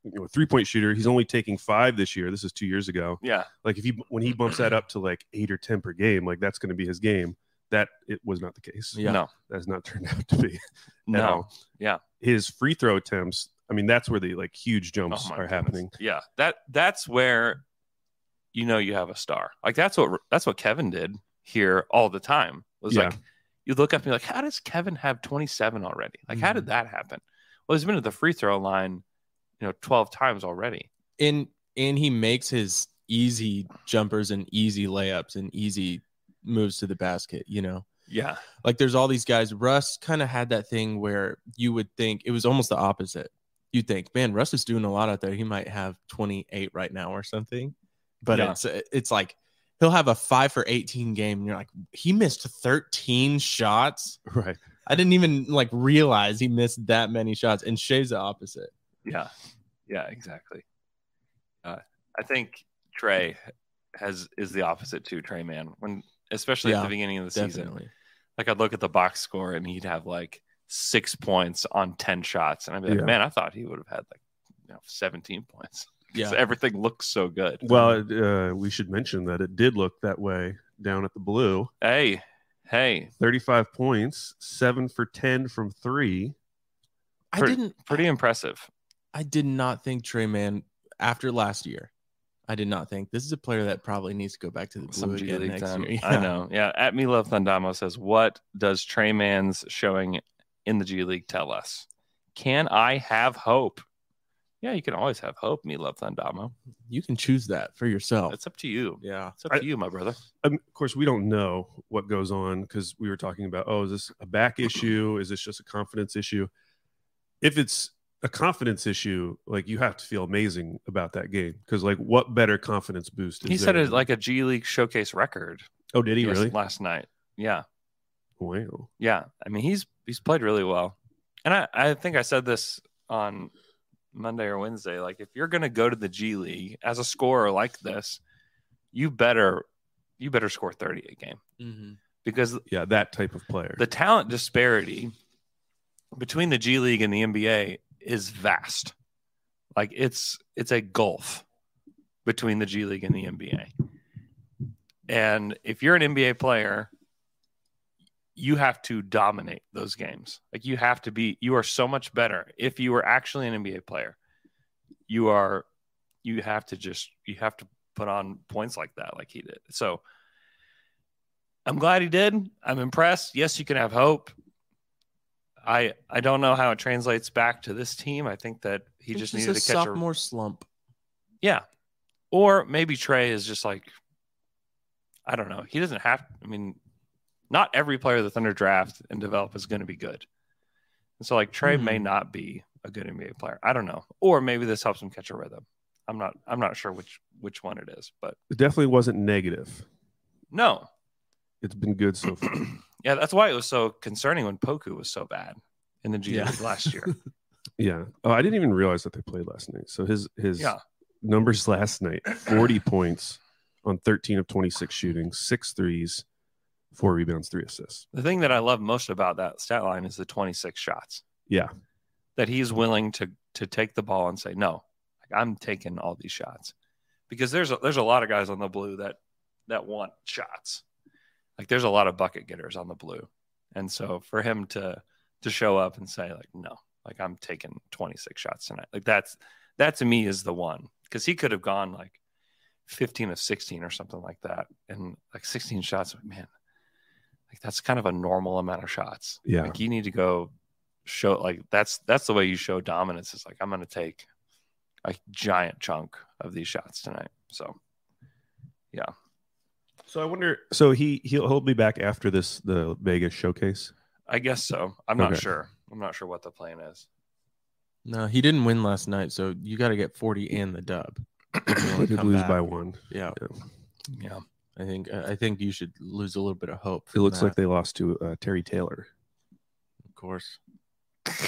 S8: you know, three point shooter. He's only taking five this year. This is two years ago.
S6: Yeah.
S8: Like if he when he bumps that up to like eight or ten per game, like that's going to be his game. That it was not the case.
S7: Yeah.
S6: No.
S8: That's not turned out to be. at
S6: No.
S8: all.
S6: Yeah.
S8: His free throw attempts. I mean, that's where the like huge jumps
S6: Oh my
S8: are
S6: goodness.
S8: happening.
S6: Yeah, that that's where you know you have a star. Like that's what that's what Kevin did here all the time. Was
S8: Yeah.
S6: like you look up and you're like, how does Kevin have 27 already? Like how did that happen? Well, he's been at the free throw line, you know, 12 times already.
S7: and and he makes his easy jumpers and easy layups and easy moves to the basket, you know.
S6: Yeah,
S7: like there's all these guys. Russ kind of had that thing where you would think it was almost the opposite. You'd think, man, Russ is doing a lot out there. He might have 28 right now or something, but
S6: Yeah.
S7: it's it's like he'll have a five for 18 game, and you're like, he missed 13 shots.
S8: Right.
S7: I didn't even like realize he missed that many shots. And Shea's the opposite.
S6: yeah, yeah, exactly. Uh, I think Trey has is the opposite too. Trey, man, when especially at
S7: Yeah,
S6: the beginning of the season,
S7: Definitely.
S6: like I'd look at the box score and he'd have like six points on ten shots, and I'd be like,
S8: Yeah.
S6: man, I thought he would have had like you know seventeen points. 'Cause
S7: Yeah.
S6: everything looks so good.
S8: Well, uh, we should mention that it did look that way down at the blue.
S6: hey, hey,
S8: Thirty-five points, seven for ten from three.
S7: I
S6: pretty-
S7: didn't
S6: pretty impressive.
S7: I did not think Trey Man after last year. I did not think this is a player that probably needs to go back to the blue
S6: Some G
S7: again
S6: League
S7: next
S6: time.
S7: year.
S6: I know. Yeah. At me love Thundamo says, "What does Trey Man's showing in the G League tell us? Can I have hope?" Yeah, you can always have hope, me love Thundamo.
S7: You can choose that for
S8: Oh.
S7: yourself.
S6: It's up to you.
S7: Yeah.
S6: It's up to you, my brother.
S8: Um, of course, we don't know what goes on because we were talking about, oh, is this a back issue? Is this just a confidence issue? If it's a confidence issue, like you have to feel amazing about that game because, like, what better confidence boost? Is
S6: He set
S8: there?
S6: it like a G League showcase record
S8: oh, did he
S6: yes,
S8: really?
S6: last night. Yeah.
S8: Wow.
S6: Yeah, I mean he's he's played really well, and I I think I said this on Monday or Wednesday. Like if you're gonna go to the G League as a scorer like this, you better you better score thirty a game because
S8: Yeah, that type of player.
S6: the talent disparity between the G League and the NBA is vast. Like it's it's a gulf between the G League and the NBA. And if you're an NBA player, you have to dominate those games. Like you have to be you are so much better if you were actually an NBA player. You are you have to just you have to put on points like that like he did. So I'm glad he did. I'm impressed. Yes, you can have hope. I I don't know how it translates back to this team. I think that he just needed
S7: a
S6: to catch a
S7: sophomore slump.
S6: yeah. Or maybe Trey is just like, I don't know. He doesn't have, I mean, not every player the Thunder draft and develop is going to be good. And so, like, Trey may not be a good NBA player. I don't know. Or maybe this helps him catch a rhythm. I'm not, I'm not sure which, which one it is, but
S8: it definitely wasn't negative.
S6: no.
S8: It's been good so far.
S6: yeah. That's why it was so concerning when Poku was so bad in the G
S7: Yeah.
S6: League last year.
S8: yeah. Oh, I didn't even realize that they played last night. So his his
S6: Yeah.
S8: numbers last night: forty points on thirteen of twenty-six shooting, six threes, four rebounds, three assists.
S6: The thing that I love most about that stat line is the 26 shots.
S8: Yeah.
S6: That he's willing to to take the ball and say, "No, like, I'm taking all these shots." Because there's a, there's a lot of guys on the blue that that want shots. Like there's a lot of bucket getters on the blue. And so for him to to show up and say like no, like I'm taking 26 shots tonight. Like that's that to me is the one because he could have gone like 15 of 16 or something like that, and like 16 shots. Like man, like that's kind of a normal amount of shots.
S8: Yeah.
S6: Like you need to go show like that's that's the way you show dominance is like I'm gonna take a giant chunk of these shots tonight. So
S8: So I wonder. So he he'll, he'll be back after this the Vegas showcase.
S6: I guess so. I'm not
S8: Okay.
S6: sure. I'm not sure what the plan is.
S7: No, he didn't win last night, so you got to get 40 and the dub. if you wanna
S8: They did
S7: come
S8: lose
S7: back.
S8: by one.
S7: Yeah,
S6: Yeah.
S7: I think uh, I think you should lose a little bit of hope.
S8: It
S7: from
S8: looks like
S7: that,
S8: they lost to uh, Terry Taylor.
S7: of course.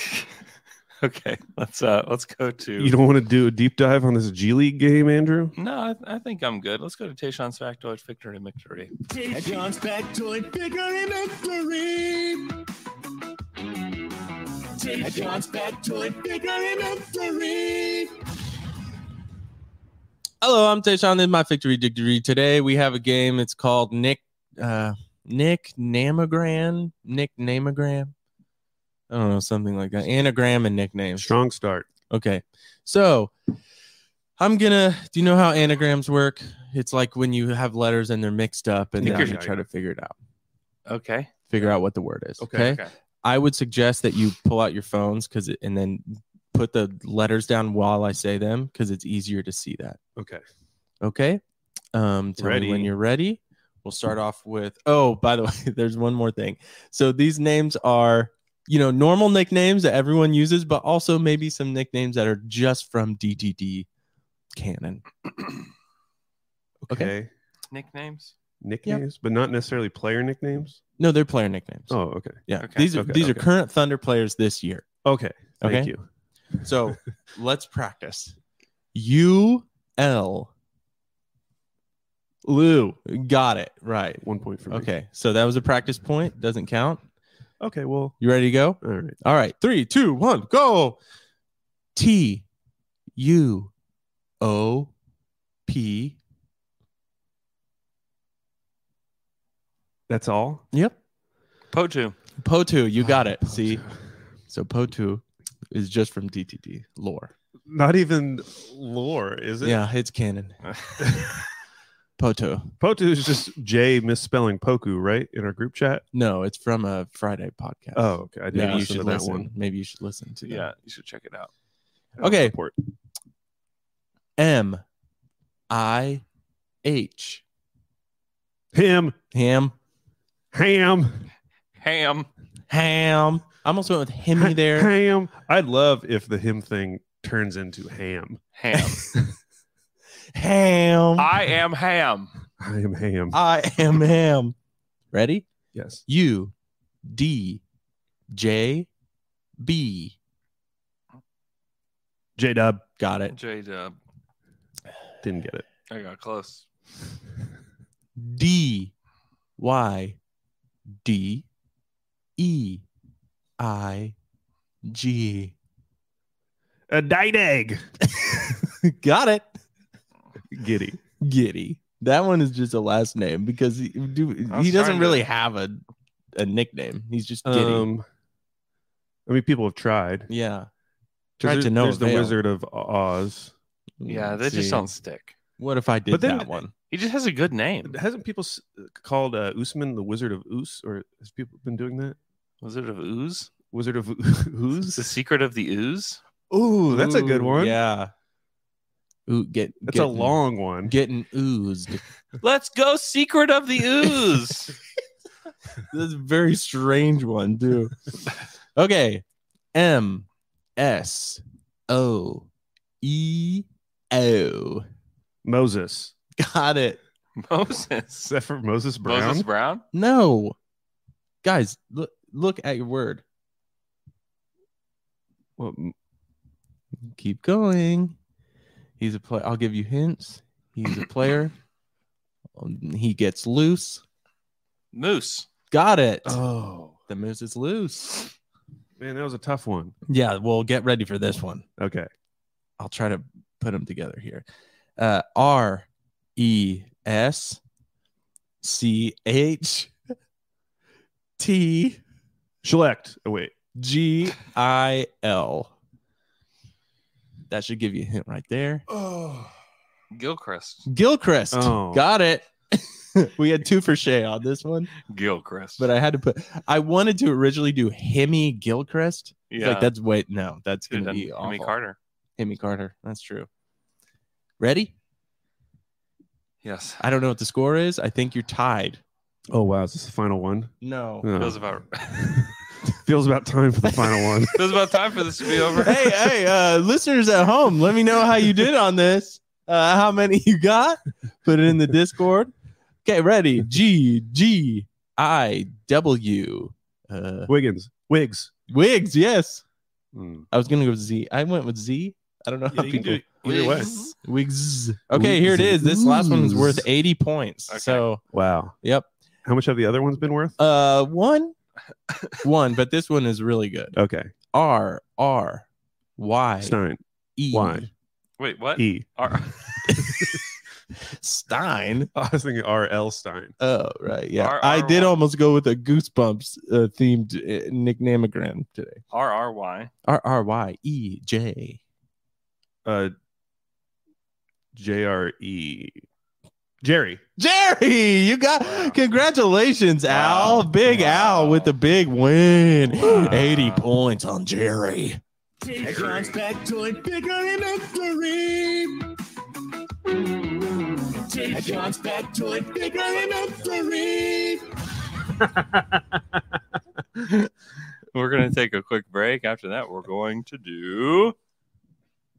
S6: okay. Let's uh let's go to
S8: You don't want to do a deep dive on this G League game, Andrew?
S6: No, I, I think I'm good. Let's go to Tayshawn's factoid victory victory.
S10: Tayshawn's factoid victory victory. Tayshawn's factoid victory victory.
S7: Hello, I'm Tayshawn. This is my victory degree. Today we have a game. It's called Nick uh, Nick Namogram. Nick Namogram. I don't know, something like that. Anagram and nicknames.
S8: Strong start.
S7: Okay. So I'm gonna do you know how anagrams work? It's like when you have letters and they're mixed up and
S8: Yeah,
S7: then you
S8: yeah,
S7: try
S8: yeah.
S7: to figure it out.
S6: Okay.
S7: Figure out what the word is. Okay.
S6: Okay.
S7: I would suggest that you pull out your phones because and then put the letters down while I say them because it's easier to see that.
S8: Okay.
S7: Okay. Um, tell me when
S8: Ready.
S7: you're ready. We'll start off with. Oh, by the way, there's one more thing. So these names are, you know, normal nicknames that everyone uses, but also maybe some nicknames that are just from DDD canon.
S8: Okay.
S7: Okay.
S6: Nicknames.
S8: Nicknames, but not necessarily player nicknames.
S7: No, they're player nicknames.
S8: Oh, okay.
S7: yeah.
S6: okay,
S7: these are
S8: okay,
S7: these are
S8: okay.
S7: current Thunder players this year.
S8: Okay. Thank
S7: Okay.
S8: you.
S7: So let's practice. U L. Lou, got it right.
S8: One point for me.
S7: Okay, so that was a practice point. Doesn't count.
S8: Okay. Well,
S7: You ready to go?
S8: all right.
S7: All right, three, two, one, go. T U O P.
S8: That's all.
S7: Yep.
S6: Potu.
S7: Potu, you got it.
S8: Oh,
S7: See, so Potu is just from DTD lore.
S8: Not even lore, is it?
S7: Yeah, it's canon. Potu.
S8: Potu is just J misspelling Poku, right? In our group chat.
S7: No, it's from a Friday podcast.
S8: Oh, okay. I didn't
S7: Maybe you
S8: listen
S7: should
S8: to that
S7: listen.
S8: one.
S7: Maybe you should listen to that.
S6: yeah, you should check it out.
S7: Okay.
S8: Report.
S7: M I H.
S8: Him.
S7: Ham.
S8: Ham.
S6: Ham.
S7: Ham. I almost went with Hemi there.
S8: Ham. I'd love if the him thing turns into ham.
S6: Ham.
S7: Ham.
S6: I am ham.
S8: I am ham.
S7: I am ham. Ready?
S8: yes.
S7: U D J B.
S8: J Dub
S7: Got it.
S6: J Dub.
S8: didn't get it.
S6: I got close.
S7: D Y D E I G.
S8: A dyed egg.
S7: Got it.
S8: Giddy.
S7: Giddy. That one is just a last name because he, do-
S6: I was
S7: he doesn't
S6: trying to-
S7: really have a, a nickname. He's just Giddy.
S8: Um, I mean, people have tried.
S7: yeah.
S8: 'Cause
S7: Tried
S8: there's-
S7: to know
S8: There's the
S7: avail.
S8: Wizard of Oz.
S6: Yeah, they
S7: See.
S6: just don't stick.
S7: What if I did
S8: But then-
S7: that one?
S6: He just has a good name.
S8: Hasn't people s- called uh, Usman the Wizard of Oos? Or has people been doing that?
S6: Wizard of Ooze.
S8: Wizard of
S6: The
S8: Ooze?
S6: secret of the ooze.
S8: Ooh, that's a good
S7: Ooh,
S8: one.
S7: Yeah. Ooh, get
S8: That's a
S7: getting-
S8: long one.
S7: getting oozed.
S6: Let's go, secret of the ooze.
S7: That's a very strange one, too. Okay. M S O E O.
S8: Moses.
S7: Got it.
S6: Moses.
S8: Is that for Moses Brown?
S6: Moses Brown.
S7: No. Guys, look look at your word.
S8: Well, m-
S7: Keep going. He's a player. I'll give you hints. He's a player. Um, he gets loose.
S6: Moose.
S7: Got it.
S8: oh,
S7: The moose is loose.
S8: man, that was a tough one.
S7: Yeah, well, get ready for this one.
S8: Okay.
S7: I'll try to put them together here. Uh, R E S C H T
S8: Select. Oh wait.
S7: G I L. That should give you a hint right there.
S8: Oh.
S6: Gilchrist.
S7: Gilchrist.
S8: Oh.
S7: Got it. we had two for Shay on this one,
S6: Gilchrist.
S7: but I had to put. I wanted to originally do Hemi Gilchrist.
S6: yeah,
S7: Like that's wait, no, that's
S6: Dude,
S7: gonna
S6: and
S7: be awful.
S6: Jimmy Carter.
S7: Hemi Carter. That's true. Ready?
S6: Yes,
S7: I don't know what the score is. I think you're tied.
S8: Oh wow, is this the final one?
S7: No.
S8: Oh.
S6: feels about
S8: Feels about time for the final one.
S6: feels about time for this to be over.
S7: hey, hey, uh, listeners at home, let me know how you did on this. Uh, how many you got? Put it in the Discord. Okay, ready? G G I W. Uh,
S8: Wiggins. Wigs.
S7: Wigs, yes.
S8: Mm.
S7: I was gonna go with Z. I went with Z. I don't know how
S8: you can
S7: people.
S8: do it either way.
S7: Wigs. Okay, here it is. This last one is worth eighty points.
S6: Okay.
S7: So,
S8: Wow.
S7: yep.
S8: How much have the other ones been worth?
S7: Uh, one, one, but this one is really good.
S8: okay.
S7: R R Y
S8: Stein.
S7: E
S8: Y.
S6: Wait, what?
S8: E.
S6: Ar-
S7: Stein.
S8: I was thinking R. L. Stein.
S7: Oh right, yeah.
S6: R-
S7: I
S6: R-
S7: did
S6: Y.
S7: almost go with a Goosebumps uh, themed uh, nicknamogram today.
S6: R R Y.
S7: R R Y E J
S8: Uh, J. R. E. Jerry.
S7: Jerry. You got
S6: Wow.
S7: congratulations, Al.
S6: Wow.
S7: Big Al
S6: Wow.
S7: with the big win.
S6: Wow.
S7: Eighty points on Jerry.
S10: John's back to it bigger in victory. John's back to it bigger in victory.
S6: We're gonna take a quick break. After that, we're going to do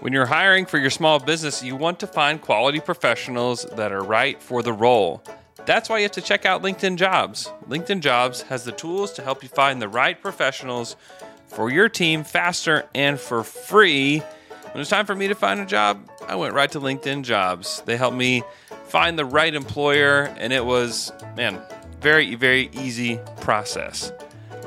S6: When you're hiring for your small business, you want to find quality professionals that are right for the role. That's why you have to check out LinkedIn Jobs. LinkedIn Jobs has the tools to help you find the right professionals for your team faster and for free. When it's time for me to find a job, I went right to LinkedIn Jobs. They helped me find the right employer, and it was, man, very, very easy process.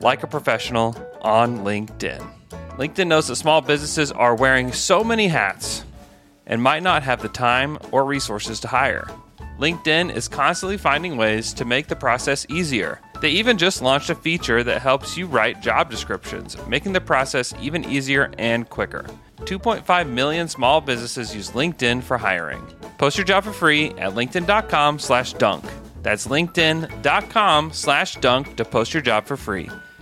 S6: like a professional on LinkedIn. LinkedIn knows that small businesses are wearing so many hats and might not have the time or resources to hire. LinkedIn is constantly finding ways to make the process easier. They even just launched a feature that helps you write job descriptions, making the process even easier and quicker. 2.5 million small businesses use LinkedIn for hiring. Post your job for free at linkedin.com/dunk. slash dunk. That's linkedin.com/dunk slash dunk to post your job for free.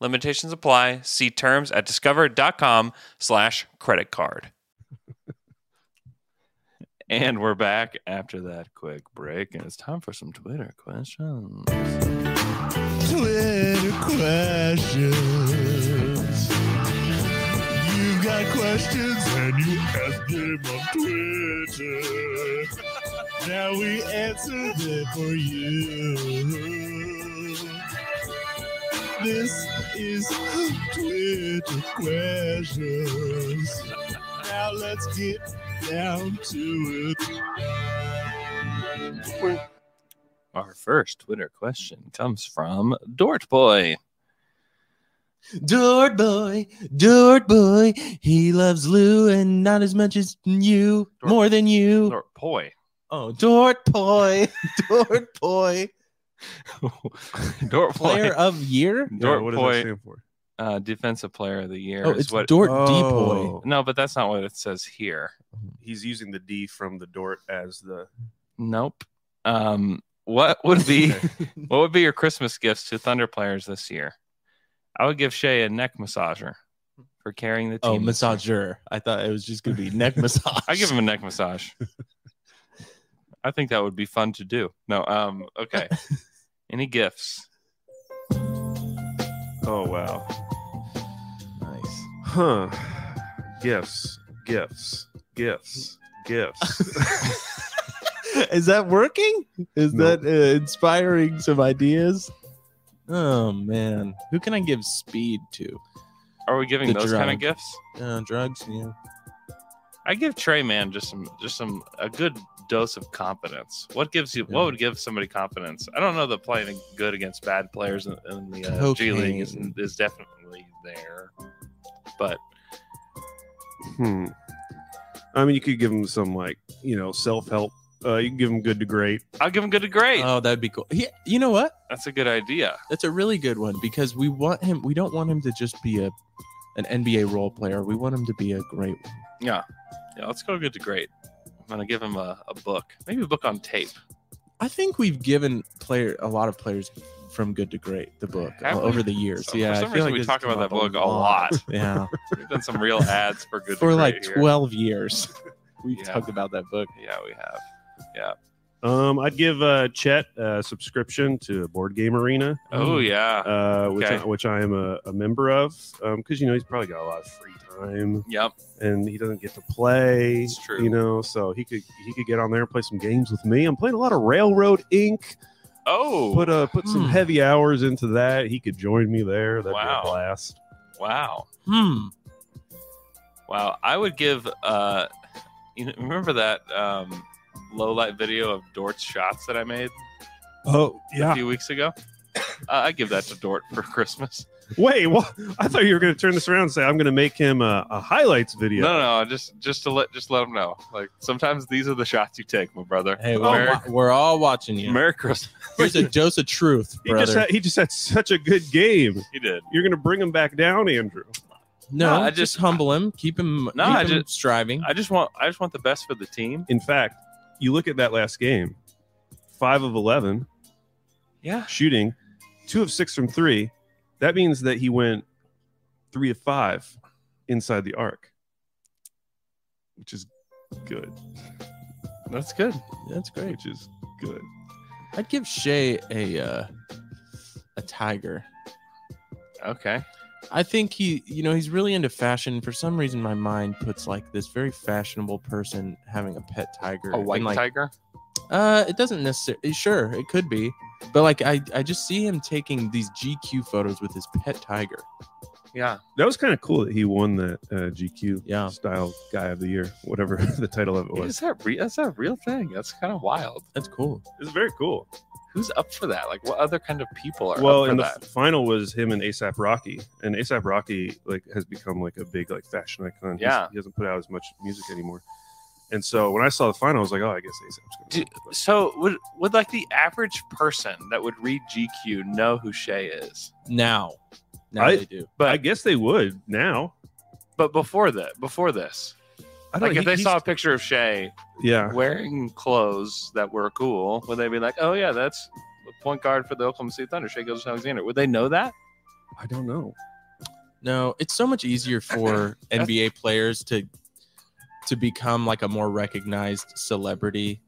S6: Limitations apply. See terms at discover.com slash credit card. And we're back after that quick break, and it's time for some Twitter questions.
S10: Twitter questions. You've got my questions and you asked them on Twitter. Now we answer them for you. This is Twitter questions. Now let's get down to it.
S6: Our first Twitter question comes from Dort Boy.
S7: Dirt boy, dirt boy, he loves Lou and not as much as you,
S6: Dort-
S7: more than you.
S6: Dort Boy.
S7: Oh, dirt boy, dirt boy,
S6: Dort
S7: player
S6: Boy.
S7: of year.
S6: Dort
S8: what does that
S6: Boy,
S8: stand for?
S6: uh, defensive player of the year.
S7: Oh,
S6: is
S7: it's
S6: what,
S7: Dort D boy.
S8: Oh.
S6: No, but that's not what it says here.
S8: He's using the D from the Dort as the.
S6: Nope. Um, what would be what would be your Christmas gifts to Thunder players this year? I would give Shea a neck massager for carrying the team.
S7: Oh,
S6: this year.
S7: massager. I thought it was just gonna be neck massage.
S6: I give him a neck massage. I think that would be fun to do. No, um, okay. Any gifts?
S8: Oh wow.
S7: nice.
S8: Huh. Gifts. Gifts. Gifts. Gifts.
S7: Is that working? Is
S8: No.
S7: that uh, inspiring some ideas? Oh man, who can I give speed to?
S6: Are we giving
S7: The
S6: those kind of
S7: drug.
S6: gifts?
S7: Uh, drugs, yeah.
S6: I give Trey man just some just some a good dose of confidence. What gives you
S7: Yeah.
S6: what would give somebody confidence? I don't know that playing good against bad players in, in the uh, G League is,
S7: Cocaine.
S6: is definitely there, but
S8: hmm. I mean, you could give him some like you know self help. Uh, you can give him good to great.
S6: I'll give him good to great.
S7: Oh, that'd be cool. Yeah, you know what?
S6: That's a good idea.
S7: That's a really good one because we want him. We don't want him to just be a an NBA role player. We want him to be a great. One.
S6: Yeah, yeah. Let's go good to great. I'm gonna give him a, a book, maybe a book on tape.
S7: I think we've given player a lot of players from good to great the book
S6: Have
S7: uh,
S6: we?
S7: over the years.
S6: So-
S7: yeah,
S6: for
S7: I
S6: some
S7: feel
S6: reason we
S7: it's
S6: talk
S7: come
S6: about
S7: up
S6: that book a lot.
S7: Yeah,
S6: We've done some real ads for good
S7: for
S6: to
S7: like
S6: great here.
S7: twelve years, we've
S6: Yeah.
S7: talked about that book.
S6: Yeah, we have.
S8: Um, I'd give uh, Chet a subscription to Board Game Arena,
S6: Oh yeah,
S8: uh, which
S6: Okay.
S8: I, which I am a, a member of, because you know he's probably got a lot of free time
S6: yep.
S8: and he doesn't get to play.
S6: It's true.
S8: You know, so he could he could get on there and play some games with me. I'm playing a lot of Railroad Inc.
S6: Oh,
S8: put uh put some
S7: Hmm.
S8: heavy hours into that. He could join me there. That'd
S6: Wow.
S8: be a blast.
S6: wow.
S7: Hmm.
S6: Wow, I would give. Uh, you know, remember that um, low light video of Dort's shots that I made
S8: Oh
S6: a
S8: yeah.
S6: few weeks ago? uh, I give that to Dort for Christmas.
S8: Wait, well, I thought you were going to turn this around and say I'm going to make him a, a highlights video.
S6: No, no, no, just just to let just let him know. Like sometimes these are the shots you take, my brother.
S7: Hey, we're,
S6: Merry,
S7: all, wa- we're all watching you.
S6: Merry Christmas.
S7: Here's a dose of truth,
S8: He just
S7: brother.
S8: had, he just had such a good game.
S6: He did.
S8: You're going to bring him back down, Andrew.
S7: no,
S6: No, I
S7: just,
S6: just-
S7: humble him. Keep him. No,
S6: I
S7: him striving.
S6: I just want I just want the best for the team.
S8: In fact, you look at that last game, five of eleven
S6: Yeah.
S8: shooting, two of six from three. That means that he went three of five inside the arc, which is good.
S6: That's good.
S7: That's great.
S8: Which is good.
S7: I'd give Shay a uh, a tiger.
S6: Okay.
S7: I think he, you know, he's really into fashion. For some reason, my mind puts like this very fashionable person having a pet tiger.
S6: A white
S7: and, like,
S6: tiger?
S7: Uh, it doesn't necessarily. Sure, it could be, but like I, I just see him taking these GQ photos with his pet tiger.
S6: Yeah.
S8: That was kind of cool that he won that uh, GQ
S7: Yeah.
S8: style guy of the year, whatever the title of it was.
S6: Is that re- that's a real thing. That's kind of wild.
S7: That's cool.
S8: It's very cool.
S6: Who's up for that? Like what other kind of people are
S8: Well,
S6: up for
S8: and the
S6: that?
S8: f- final was him and ASAP Rocky, and ASAP Rocky like has become like a big like fashion icon. He's-
S6: Yeah.
S8: he doesn't put out as much music anymore. And so when I saw the final, I was like, oh, I guess ASAP's
S6: Do-
S8: going to.
S6: so would would like the average person that would read GQ know who Shay is?
S7: Now, now
S8: I-
S7: they do.
S8: But I guess they would now.
S6: But before that, before this,
S8: I
S6: like
S8: know,
S6: if
S8: he-
S6: they
S8: he's-
S6: saw a picture of Shay
S8: yeah,
S6: wearing clothes that were cool, would they be like, "Oh yeah, that's the point guard for the Oklahoma City Thunder, Shay Gilgeous Alexander"? Would they know that?
S8: I don't know.
S7: No, it's so much easier for NBA players to to become like a more recognized celebrity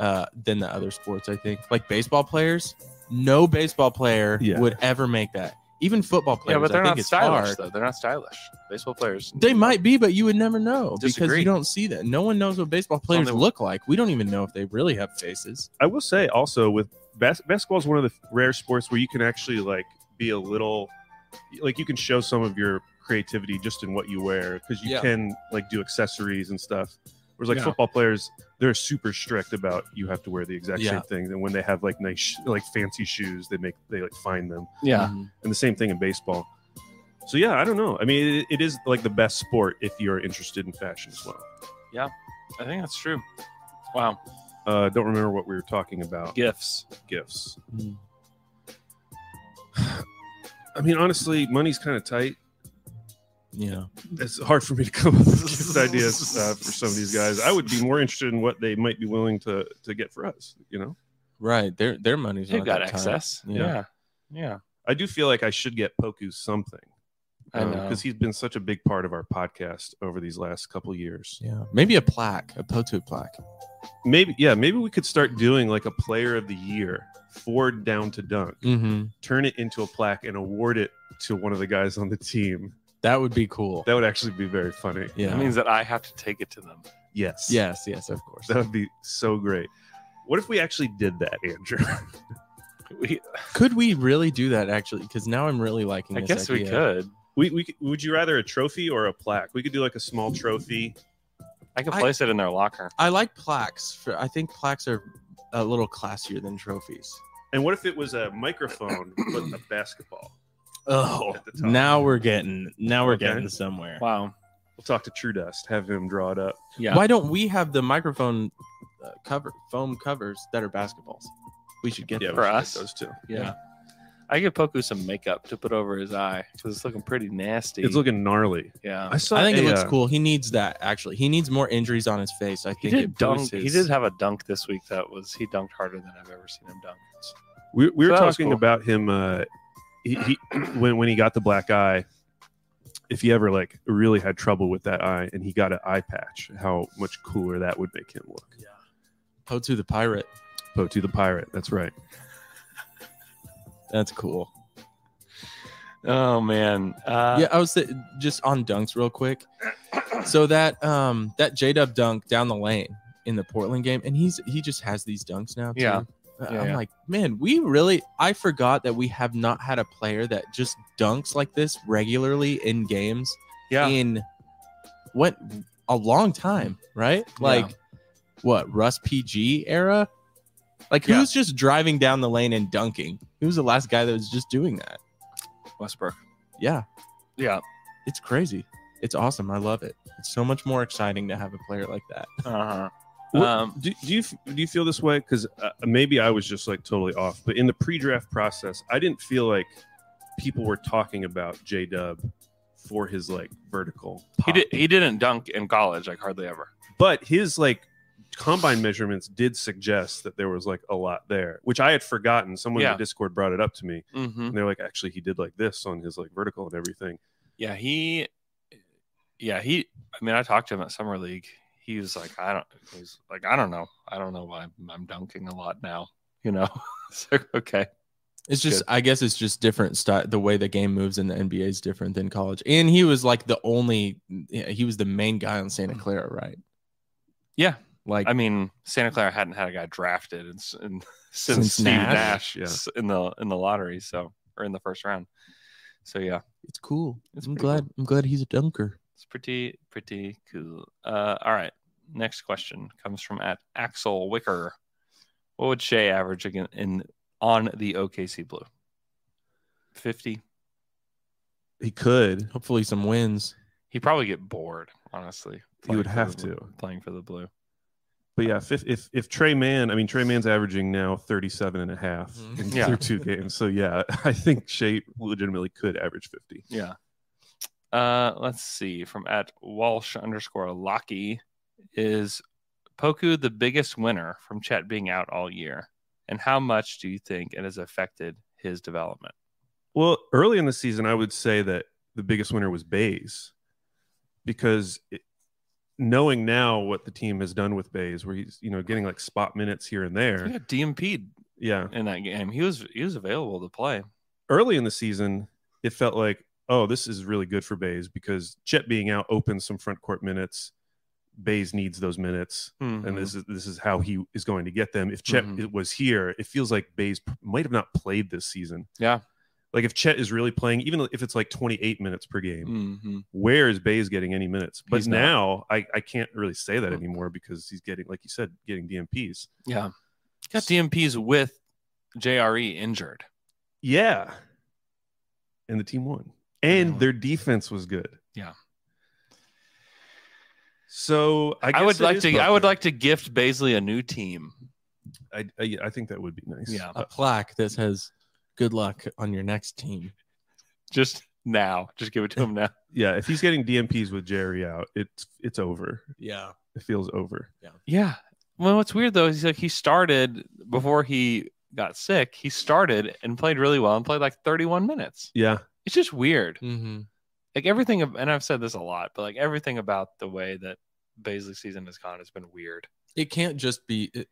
S7: uh, than the other sports. I think like baseball players. No baseball player
S8: Yeah.
S7: would ever make that. even football players.
S6: yeah, but they're
S7: I think
S6: not
S7: it's
S6: stylish
S7: hard.
S6: though. They're not stylish. Baseball players.
S7: They might be, but you would never know because
S6: Disagree.
S7: you don't see that. No one knows what baseball players
S6: Only-
S7: look like. We don't even know if they really have faces.
S8: I will say also with bas- basketball is one of the rare sports where you can actually like be a little like you can show some of your creativity just in what you wear because you
S7: Yeah.
S8: can like do accessories and stuff. Whereas like
S7: Yeah.
S8: football players, they're super strict about you have to wear the exact
S7: Yeah.
S8: same thing. And when they have like nice sh- like fancy shoes, they make they like find them.
S6: Yeah.
S7: Mhm.
S8: And the same thing in baseball. So yeah, I don't know. I mean, it, it is like the best sport if you're interested in fashion as well.
S6: I think that's true. Wow.
S8: Uh, don't remember what we were talking about.
S6: Gifts.
S8: gifts.
S7: Mm.
S8: I mean, honestly, money's kind of tight.
S7: Yeah.
S8: It's hard for me to come up with gift ideas uh, for some of these guys. I would be more interested in what they might be willing to to get for us. You know,
S7: Right. Their their money's
S6: They've
S7: not
S6: got
S7: that tight.
S6: access.
S7: Yeah.
S6: Yeah. Yeah.
S8: I do feel like I should get Poku something
S6: I
S7: Oh,
S6: know.
S8: because he's been such a big part of our podcast over these last couple years.
S7: Yeah. Maybe a plaque, a Potu plaque.
S8: Maybe, yeah, maybe we could start doing like a Player of the Year for Down to Dunk,
S7: Mm-hmm.
S8: turn it into a plaque, and award it to one of the guys on the team.
S7: That would be cool.
S8: That would actually be very funny.
S7: yeah.
S6: That means that I have to take it to them.
S8: Yes.
S7: yes. Yes. Of course.
S8: That would be so great. What if we actually did that, Andrew?
S6: We,
S7: Could we really do that actually? Because now I'm really liking.
S6: I
S7: this
S6: guess we
S7: idea.
S6: could.
S8: we, we could- would you rather a trophy or a plaque? We could do like a small trophy.
S6: I could
S7: I-
S6: place it in their locker.
S7: I like plaques. For I think plaques are a little classier than trophies.
S8: And what if it was a microphone but a basketball?
S7: Oh,
S8: At the top.
S7: now we're getting now we're
S8: Okay.
S7: getting somewhere.
S6: Wow.
S8: We'll talk to True Dust, have him draw it up.
S6: Yeah.
S7: Why don't we have the microphone uh, cover foam covers that are basketballs? We should get
S8: Yeah,
S7: yeah,
S8: we
S6: For
S8: should get
S6: us?
S8: those two.
S6: Yeah. I give Poku some makeup to put over his eye because it's looking pretty nasty.
S8: It's looking gnarly.
S6: yeah.
S8: I saw.
S7: I think
S8: a,
S7: it looks
S8: uh,
S7: cool. He needs that actually. He needs more injuries on his face. I
S6: He
S7: think
S6: did
S7: it boosts
S6: dunk.
S7: his.
S6: He did have a dunk this week that was he dunked harder than I've ever seen him dunk. It's-
S8: We, we were
S6: That was
S8: talking
S6: cool.
S8: about him. Uh, he, he when when he got the black eye. If he ever like really had trouble with that eye, and he got an eye patch, how much cooler that would make him look.
S7: Potu the pirate.
S8: Potu Oh, the pirate. That's right.
S7: That's cool.
S6: Oh man. Uh,
S7: yeah, I was th- just on dunks real quick. So that um that J Dub dunk down the lane in the Portland game, and he's he just has these dunks now. Too.
S6: Yeah.
S7: I-
S6: Yeah,
S7: I'm
S6: yeah.
S7: like, man, we really. I forgot that we have not had a player that just dunks like this regularly in games
S6: Yeah.
S7: in what a long time, right? Like what Russ PG era? Like
S6: Yeah.
S7: who's just driving down the lane and dunking? Who's the last guy that was just doing that?
S6: Westbrook.
S7: Yeah,
S6: Yeah.
S7: it's crazy. It's awesome. I love it. It's so much more exciting to have a player like that.
S6: Uh huh.
S8: What-
S6: Um,
S8: do, do you f- do you feel this way? Because uh, maybe I was just like totally off. But in the pre-draft process, I didn't feel like people were talking about J Dub for his like vertical.
S6: he
S8: pop.
S6: did. He didn't dunk in college like hardly ever.
S8: but his like combine measurements did suggest that there was like a lot there, which I had forgotten. Someone in
S6: Yeah.
S8: the Discord brought it up to me,
S6: Mm-hmm.
S8: and they're like, actually, he did like this on his like vertical and everything.
S6: Yeah. He. Yeah. He. I mean, I talked to him at summer league. He was like, I don't. He's like, I don't know. I don't know why I'm, I'm dunking a lot now. You know. it's like, okay.
S7: It's just,
S6: Good.
S7: I guess, it's just different style. The way the game moves in the NBA is different than college. And he was like the only, yeah, he was the main guy on Santa Clara, right?
S6: Yeah.
S7: Like,
S6: I mean, Santa Clara hadn't had a guy drafted and, and since,
S7: Since
S6: Steve
S7: Nash?
S6: Nash,
S8: Yeah.
S6: s- in the in the lottery, so or in the first round. So yeah,
S7: it's cool.
S6: It's
S7: I'm
S6: pretty
S7: glad. I'm glad he's a dunker.
S6: it's pretty pretty cool. Uh, all right, next question comes from at Axel Wicker. What would Shea average again in on the OKC Blue? Fifty.
S8: He could.
S7: Hopefully, some wins.
S6: He'd probably get bored, honestly.
S8: He
S6: playing
S8: would
S6: for
S8: have
S6: the-
S8: to.
S6: playing for the Blue.
S8: But yeah, if, if- if if Trey Mann, I mean Trey Mann's averaging now 37 and a half
S6: Hmm.
S7: Mhm.
S8: in
S6: Yeah.
S8: through two games. So yeah, I think Shea legitimately could average 50.
S6: Yeah. Uh, let's see. From at Walsh underscore Lockie is Poku the biggest winner from Chet being out all year, and how much do you think it has affected his development?
S8: Well, early in the season, I would say that the biggest winner was Bays because it, knowing now what the team has done with Bays, where he's you know getting like spot minutes here and
S6: He
S8: there.
S6: got DMP'd
S8: Yeah,
S6: in that game. He was he was available to play.
S8: early in the season, it felt like, oh, this is really good for Bays because Chet being out opens some front court minutes. Bays needs those minutes,
S6: Mm-hmm.
S8: and this is this is how he is going to get them. If Chet
S6: Mhm.
S8: was here, it feels like Bays p- might have not played this season.
S6: Yeah.
S8: Like if Chet is really playing, even if it's like 28 minutes per game,
S5: Mm-hmm.
S8: where is Bays getting any minutes? But
S6: Mm. He's not. Mm.
S8: now I, I can't really say that anymore because he's getting, like you said, getting DMPs.
S6: Yeah. Got DMPs with JRE injured.
S8: Yeah. And the team won. And
S6: Yeah.
S8: their defense was good.
S6: Yeah.
S8: So I,
S6: I,
S8: guess
S6: would
S8: it
S6: like
S8: is
S6: to I would
S8: possible.
S6: like to gift Baisley a new team.
S8: I, I yeah, I think that would be nice.
S6: Yeah.
S7: a plaque that says "Good luck on your next team."
S6: Just now. Just give it to him now.
S8: Yeah. If he's getting DMPs with Jerry out, it's it's over.
S7: Yeah,
S8: It feels over.
S6: Yeah. Well, what's weird though is like he started before he got sick. He started and played really well and played like 31 minutes.
S8: Yeah.
S6: It's just weird.
S7: mm-hmm.
S6: Like everything, ab- and I've said this a lot, but like everything about the way that Baisley season has gone has been weird.
S7: it can't just be. It,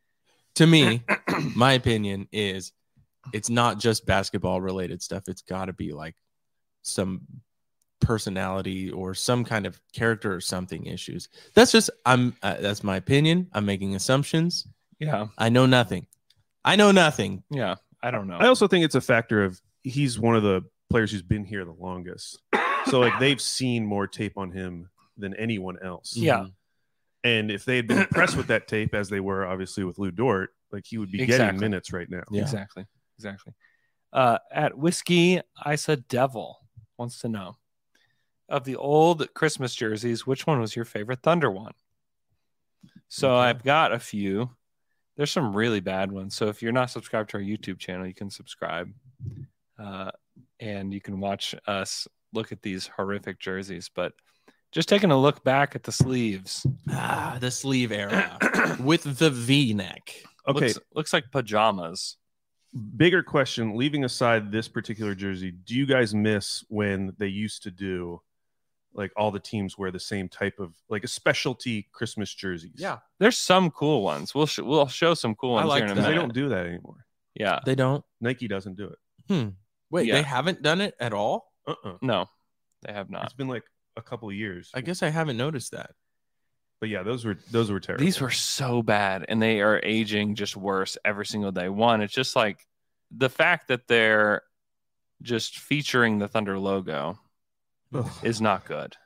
S7: to me, my opinion is it's not just basketball related stuff. It's got to be like some personality or some kind of character or something issues. That's just I'm. Uh, that's my opinion. I'm making assumptions.
S6: Yeah.
S7: I know nothing. I know nothing.
S6: Yeah. I don't know.
S8: I also think it's a factor of he's one of the players who's been here the longest. so like they've seen more tape on him than anyone else.
S6: Yeah.
S8: And if they had been impressed with that tape as they were obviously with Lou Dort, like he would be
S6: Exactly.
S8: getting minutes right now.
S7: Yeah.
S6: Exactly. Exactly. Uh, at Whiskey Isa Devil wants to know of the old Christmas jerseys, which one was your favorite Thunder one? So
S7: Okay.
S6: I've got a few. There's some really bad ones. So if you're not subscribed to our YouTube channel, you can subscribe uh, and you can watch us look at these horrific jerseys. But just taking a look back at the sleeves.
S7: Ah, the sleeve era with the V neck.
S8: Okay.
S6: Looks, looks like pajamas.
S8: Bigger question, leaving aside this particular jersey, do you guys miss when they used to do like all the teams wear the same type of like a specialty Christmas jerseys?
S7: Yeah.
S6: There's some cool ones. We'll sh- we'll show some cool
S7: I
S6: ones.
S7: like
S6: here in a
S8: Because they
S6: minute.
S8: don't do that anymore.
S6: Yeah.
S7: They don't.
S8: Nike doesn't do it.
S7: Wait,
S6: Yeah.
S7: they haven't done it at all?
S8: Uh-uh.
S6: No, they have not.
S8: It's been like a couple of years.
S7: I guess I haven't noticed that.
S8: But yeah, those were those were terrible.
S6: These were so bad, and they are aging just worse every single day. One, it's just like the fact that they're just featuring the Thunder logo
S8: Ugh.
S6: is not good.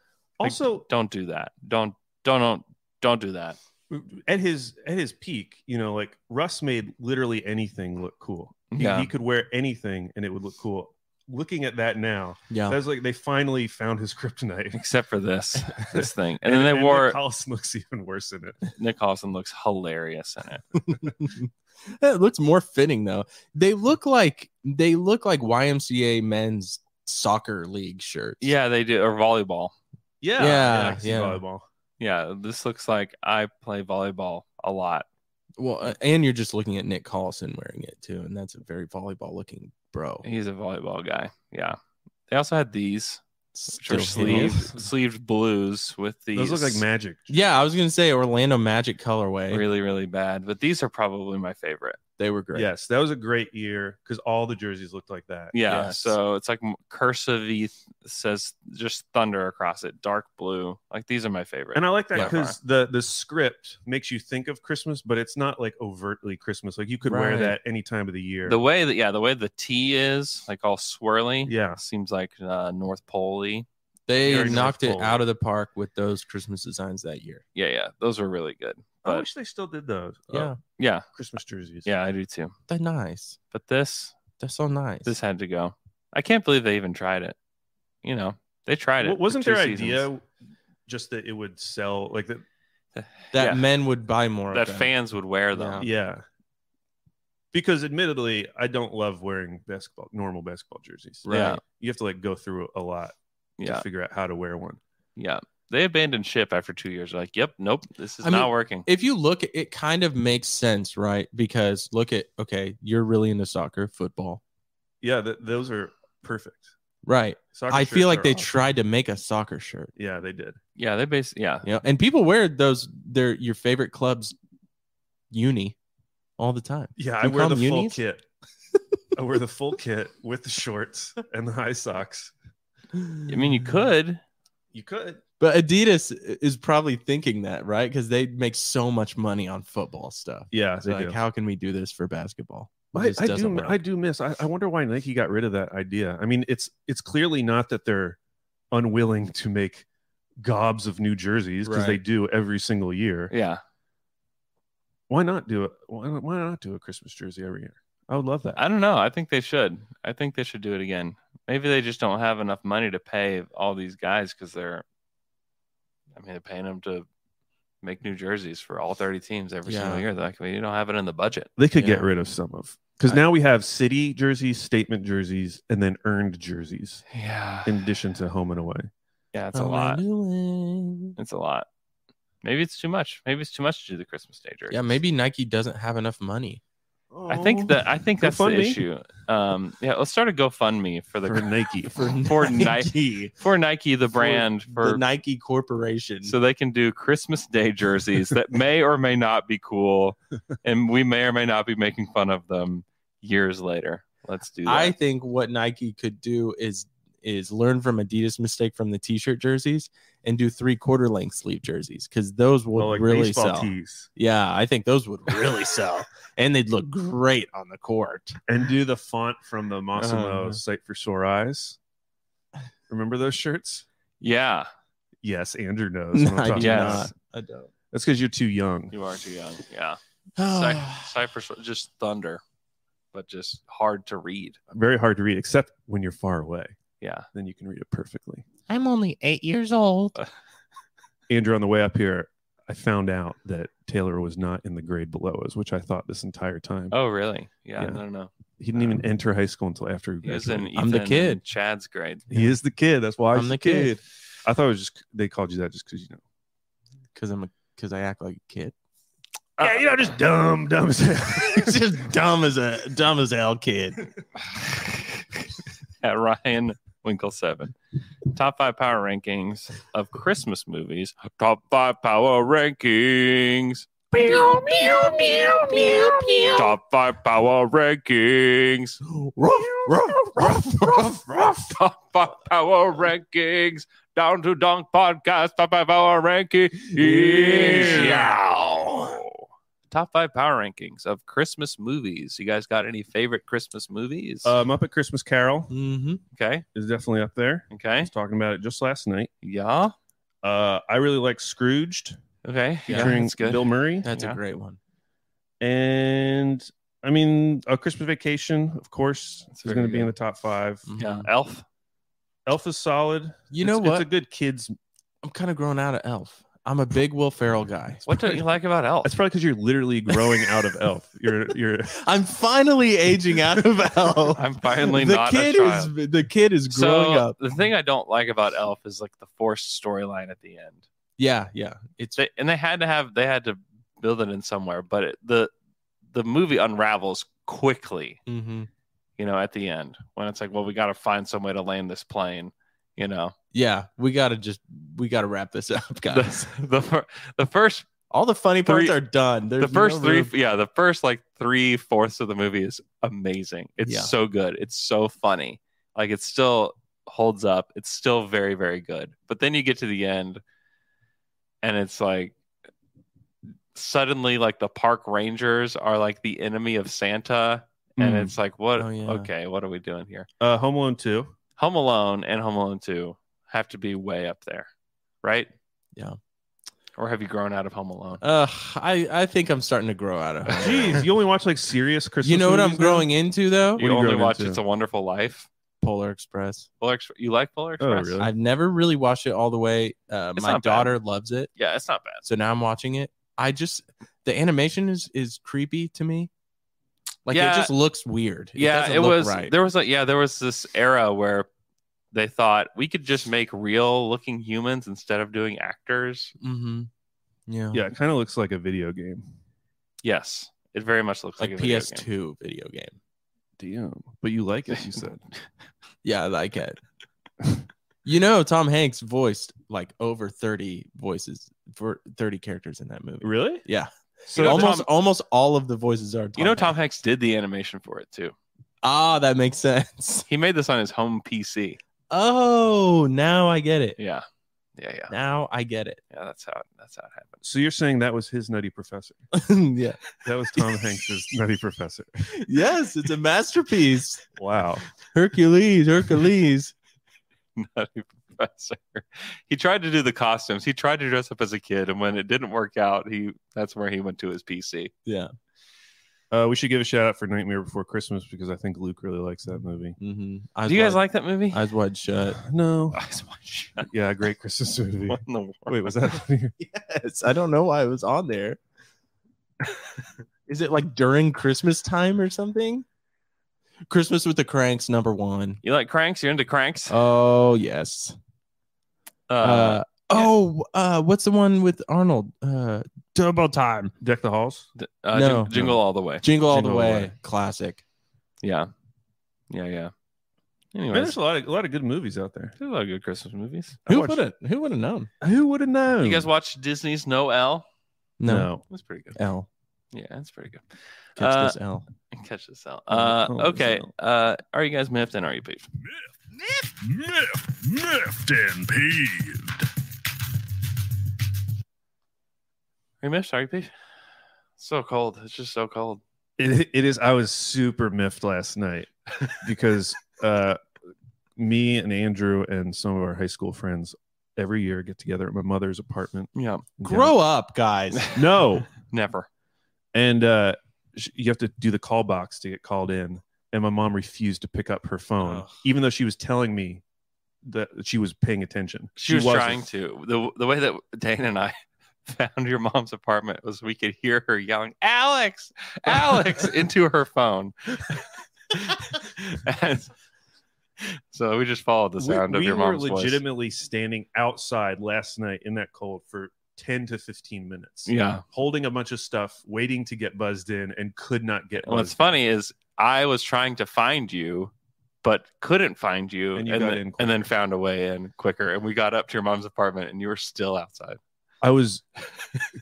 S6: Like,
S8: also
S6: don't do that. Don't don't don't don't do that.
S8: at his at his peak, you know, like Russ made literally anything look cool. He,
S6: Yeah.
S8: he could wear anything and it would look cool. Looking at that now,
S7: Yeah.
S8: that's like they finally found his kryptonite.
S6: Except for this this thing, and, then they wore
S8: Nick Collison looks even worse in it.
S6: Nick Hoffman looks hilarious in it.
S7: it looks more fitting though. They look like they look like YMCA men's soccer league shirts.
S6: Yeah, they do or volleyball.
S8: Yeah,
S7: Yeah,
S8: I can see
S7: yeah.
S8: volleyball.
S6: Yeah, this looks like I play volleyball a lot.
S7: Well, uh, and you're just looking at Nick Collison wearing it too, and that's a very volleyball looking bro.
S6: He's a volleyball guy. Yeah. They also had these which are
S7: Still
S6: sleeved,
S7: hideous.
S6: sleeved blues with these.
S8: Those look like magic.
S7: Yeah, I was gonna say Orlando Magic colorway.
S6: really really bad but these are probably my favorite
S7: They were great.
S8: Yes, that was a great year because all the jerseys looked like that.
S6: yeah
S7: Yes.
S6: so it's like m- cursive th- says just thunder across it dark blue like these are my favorite
S8: And I like that
S6: Yeah.
S8: because the the script makes you think of Christmas, but it's not like overtly Christmas. Like you could wear
S7: Right.
S8: that any time of the year.
S6: the way that yeah the way the t is like all swirly
S8: yeah,
S6: seems like uh north pole
S7: They
S8: Very
S7: knocked it
S8: North Pole.
S7: out of the park with those Christmas designs that year.
S6: yeah yeah those were really good
S8: I
S6: but
S8: wish they still did those. uh,
S7: Yeah,
S6: yeah
S8: Christmas jerseys.
S6: yeah i do too
S7: they're nice.
S6: but this
S7: They're so nice.
S6: this had to go i can't believe they even tried it you know they tried it
S8: Wa-
S6: for
S8: wasn't
S6: two
S8: their
S6: seasons.
S8: idea just that it would sell like that?
S7: that
S6: yeah.
S7: men would buy more.
S6: that
S7: of them.
S6: fans would wear them
S8: Yeah. Because admittedly, I don't love wearing basketball normal basketball jerseys.
S6: Right. Yeah.
S8: You have to like go through a lot
S6: yeah
S8: to figure out how to wear one.
S6: Yeah. They abandoned ship after two years. They're like, yep, nope, this is
S7: I
S6: not
S7: mean,
S6: working.
S7: if you look at it kind of makes sense right because look at okay you're really into soccer football
S8: Yeah, th- those are perfect.
S7: right
S8: Soccer
S7: i
S8: shirts
S7: feel like
S8: are
S7: they
S8: awesome.
S7: tried to make a soccer shirt
S8: Yeah, they did.
S6: yeah, they basically, yeah.
S7: you know and people wear those their your favorite clubs uni all the time
S8: Yeah,
S7: You
S8: I wear
S7: call
S8: the
S7: them
S8: full
S7: unis?
S8: kit. I wear the full kit with the shorts and the high socks.
S6: I mean, you could.
S8: You could.
S7: But Adidas is probably thinking that, right? Because they make so much money on football stuff.
S8: Yeah,
S7: It's
S8: they
S7: like,
S8: do.
S7: how can we do this for basketball? It
S8: I,
S7: just
S8: I
S7: doesn't
S8: do.
S7: work.
S8: I do miss. I, I wonder why Nike got rid of that idea. I mean, it's it's clearly not that they're unwilling to make gobs of new jerseys because they
S7: Right.
S8: do every single year.
S6: Yeah.
S8: Why not do it? Why not, why not do a Christmas jersey every year? I would love that.
S6: I don't know. I think they should. I think they should do it again. Maybe they just don't have enough money to pay all these guys because they're, I mean, they're paying them to make new jerseys for all 30 teams every
S7: Yeah.
S6: single year. They're like, well, you don't have it in the budget.
S8: They could get
S7: Yeah.
S8: rid of some of because
S7: I-
S8: now we have city jerseys, statement jerseys, and then earned jerseys
S6: Yeah.
S8: in addition to home and away.
S6: Yeah, it's a
S7: Home
S6: lot.
S7: and away.
S6: It's a lot. Maybe it's too much. Maybe it's too much to do the Christmas Day jerseys.
S7: Yeah, maybe Nike doesn't have enough money.
S6: I think that I think that's the
S8: GoFundMe?
S6: issue. Um, yeah, let's start a GoFundMe for the
S8: for Nike.
S6: for for Nike for Nike the brand for,
S7: the Nike Corporation.
S6: so they can do Christmas Day jerseys that may or may not be cool, and we may or may not be making fun of them years later. Let's do that.
S7: I think what Nike could do is is learn from Adidas' mistake from the T-shirt jerseys and do three quarter length sleeve jerseys because those would
S8: Well, like
S7: really
S8: baseball
S7: sell.
S8: tees.
S7: Yeah, I think those would really sell, and they'd look great on the court.
S8: and do the font from the Massimo
S7: Uh.
S8: site for sore eyes. Remember those shirts?
S6: yeah,
S8: Yes, Andrew knows. what I'm
S7: No, I
S8: talking
S6: do
S8: about.
S6: not.
S7: I don't.
S8: That's because you're too young.
S6: you are too young. Yeah, Cy- Cypress just thunder, but just hard to read.
S8: Very hard to read, except when you're far away.
S6: Yeah.
S8: Then you can read it perfectly.
S7: I'm only eight years old.
S8: Andrew, on the way up here, I found out that Taylor was not in the grade below us, which I thought this entire time.
S6: Oh, really? Yeah,
S8: Yeah.
S6: I don't know.
S8: he didn't even enter high school until after he
S6: He was in
S8: graduated.
S6: Ethan
S7: I'm the kid.
S6: and Chad's grade.
S8: He is the kid. That's why
S7: I'm
S8: he's
S7: the kid.
S8: I thought it was just they called you that just because you know.
S7: because I'm a because I act like a kid.
S8: yeah, you know, just dumb, dumb as hell.
S7: It's just dumb as a dumb as hell kid.
S6: at Ryan Winkle Seven. Top five power rankings of Christmas movies. Top five power rankings. Top five power rankings.
S7: Ruff, ruff, ruff, ruff, ruff.
S6: Top five power rankings. Down to Dunk podcast. Top five power rankings. Top five power rankings of Christmas movies. You guys got any favorite Christmas movies?
S8: Uh, Muppet Christmas Carol
S7: Mm-hmm.
S6: okay.
S8: is definitely up there. I
S6: Okay.
S8: was talking about it just last night.
S6: Yeah.
S8: Uh, I really like Scrooged
S6: Okay. Yeah.
S8: featuring
S6: that's good.
S8: Bill Murray,
S7: That's
S6: Yeah.
S7: a great one.
S8: and I mean, A Christmas Vacation, of course,
S6: That's
S8: is
S6: very
S8: going to be
S6: good.
S8: in the top five.
S7: Mhm.
S6: yeah. Elf.
S8: Elf is solid.
S7: You
S8: It's-
S7: know what?
S8: It's a good kids.
S7: I'm kind of grown out of Elf. I'm a big Will Ferrell guy.
S6: What don't you like about Elf?
S8: That's probably because you're literally growing out of Elf. You're you're
S7: I'm finally aging out of Elf.
S6: I'm finally
S7: the
S6: not
S7: kid
S6: a child.
S7: is the kid is growing
S6: so
S7: up.
S6: the thing I don't like about Elf is like the forced storyline at the end.
S7: Yeah, yeah. It's
S6: They, and they had to have they had to build it in somewhere, but it, the the movie unravels quickly.
S7: hmm
S6: You know, at the end when it's like, well, we got to find some way to land this plane. You know,
S7: yeah. We gotta just we gotta wrap this up, guys.
S6: the the, fir- the first
S7: All the funny parts
S6: Three-
S7: are done. There's
S6: the first
S7: no
S6: three
S7: room-
S6: yeah the first like three fourths of the movie is amazing. It's
S7: Yeah.
S6: so good. It's so funny. Like it still holds up. It's still very very good. But then you get to the end, and it's like suddenly like the park rangers are like the enemy of Santa, and
S8: Mm.
S6: it's like what?
S7: Oh, yeah.
S6: Okay, what are we doing here?
S8: uh, Home Alone two.
S6: Home Alone and Home Alone Two have to be way up there, right?
S7: Yeah.
S6: Or have you grown out of Home Alone?
S7: Ugh, I I think I'm starting to grow out of. Home Alone.
S8: Jeez, you only watch like serious Christmas.
S7: you know what I'm
S8: movies now?
S7: growing into though?
S8: Yeah.
S6: you
S8: you
S6: only
S8: grown
S6: watch
S8: into?
S6: It's a Wonderful Life.
S7: Polar Express.
S6: Polar Express. You like Polar Express?
S8: really?
S7: I've never really watched it all the way. Uh,
S6: It's
S7: my
S6: not bad.
S7: daughter loves it,
S6: Yeah, it's not bad.
S7: so now I'm watching it. I just the animation is is creepy to me. Like
S6: Yeah.
S7: it just looks weird.
S6: yeah,
S7: doesn't
S6: it
S7: look
S6: was.
S7: right.
S6: There was like yeah, there was this era where they thought we could just make real looking humans instead of doing actors.
S7: hmm Yeah.
S8: Yeah, it kind of looks like a video game.
S6: Yes, it very much looks like,
S7: Like
S6: a video
S7: PS2
S6: game.
S7: video game.
S8: Damn, but you like it. You said
S7: Yeah, I like it. you know, Tom Hanks voiced like over 30 voices for 30 characters in that movie.
S8: really?
S7: Yeah.
S8: So
S6: know,
S7: almost
S6: Tom-
S7: almost all of the voices are Tom
S6: You know,
S7: Hanks.
S6: Tom Hanks did the animation for it too.
S7: Ah, that makes sense.
S6: He made this on his home PC.
S7: Oh, now I get it.
S6: Yeah, yeah, yeah,
S7: Now I get it.
S6: yeah. That's how that's how it happened.
S8: So you're saying that was his Nutty Professor?
S7: yeah.
S8: That was Tom Hanks's Nutty Professor.
S7: Yes, it's a masterpiece.
S8: Wow.
S7: Hercules, Hercules.
S6: Nutty Professor. He tried to do the costumes. He tried to dress up as a kid, and when it didn't work out, he that's where he went to his PC.
S7: Yeah.
S8: Uh, we should give a shout out for Nightmare Before Christmas because I think Luke really likes that movie.
S7: Mm-hmm. Eyes
S6: do you guys
S7: wide,
S6: like that movie?
S7: Eyes Wide Shut?
S8: No.
S6: Eyes Wide Shut.
S8: Yeah, great Christmas movie.
S6: What in the world?
S8: Wait, was that?
S7: Yes, I don't know why it was on there. Is it like during Christmas time or something? Christmas with the Cranks, number one.
S6: You like cranks? You're into cranks?
S7: Oh yes.
S6: Uh,
S7: Uh, oh, uh, what's the one with Arnold? Uh, double time,
S8: Deck the Halls.
S6: d- uh,
S7: no.
S6: Jing- Jingle all the way.
S7: jingle all
S8: Jingle
S7: the
S8: All the
S7: way.
S8: Way.
S7: classic.
S6: Yeah, yeah, yeah.
S8: Man,
S6: Anyways,
S8: there's a lot of a lot of good movies out there.
S6: there's a lot of good Christmas movies.
S8: I
S7: Who
S8: watched-
S7: would have? Who would have known?
S8: Who would have known?
S6: You guys watch Disney's No L?
S7: No,
S6: That's pretty good.
S7: L.
S6: Yeah, that's pretty good.
S7: Catch
S6: Uh,
S7: this L.
S6: Catch this out.
S8: Oh,
S6: Uh,
S8: oh,
S6: okay.
S8: so-
S6: Uh, are you guys miffed and are you peeved?
S10: Miffed, miffed, and peeved.
S6: Are you miffed? Are you peeved? So cold. It's just so cold.
S8: It, it is. I was super miffed last night because uh, me and Andrew and some of our high school friends every year get together at my mother's apartment.
S6: Yeah.
S8: in
S7: Grow up, guys.
S8: Denver. No,
S6: Never.
S8: and uh, sh- you have to do the call box to get called in. And my mom refused to pick up her phone,
S7: Ugh.
S8: even though she was telling me that she was paying attention.
S6: She, was
S8: wasn't.
S6: trying to. The the way that Dane and I found your mom's apartment was we could hear her yelling, Alex, Alex, into her phone. and so we just followed the
S8: We-
S6: sound
S8: we,
S6: of your mom's
S8: were
S6: voice.
S8: legitimately standing outside last night in that cold for 10 to 15 minutes
S6: Yeah.
S8: holding a bunch of stuff waiting to get buzzed in and could not get
S6: And what's
S8: buzzed
S6: funny is I was trying to find you, but couldn't find you,
S8: And you got
S6: then,
S8: in
S6: and then
S8: quicker.
S6: found a way in quicker. And we got up to your mom's apartment, and you were still outside.
S8: i was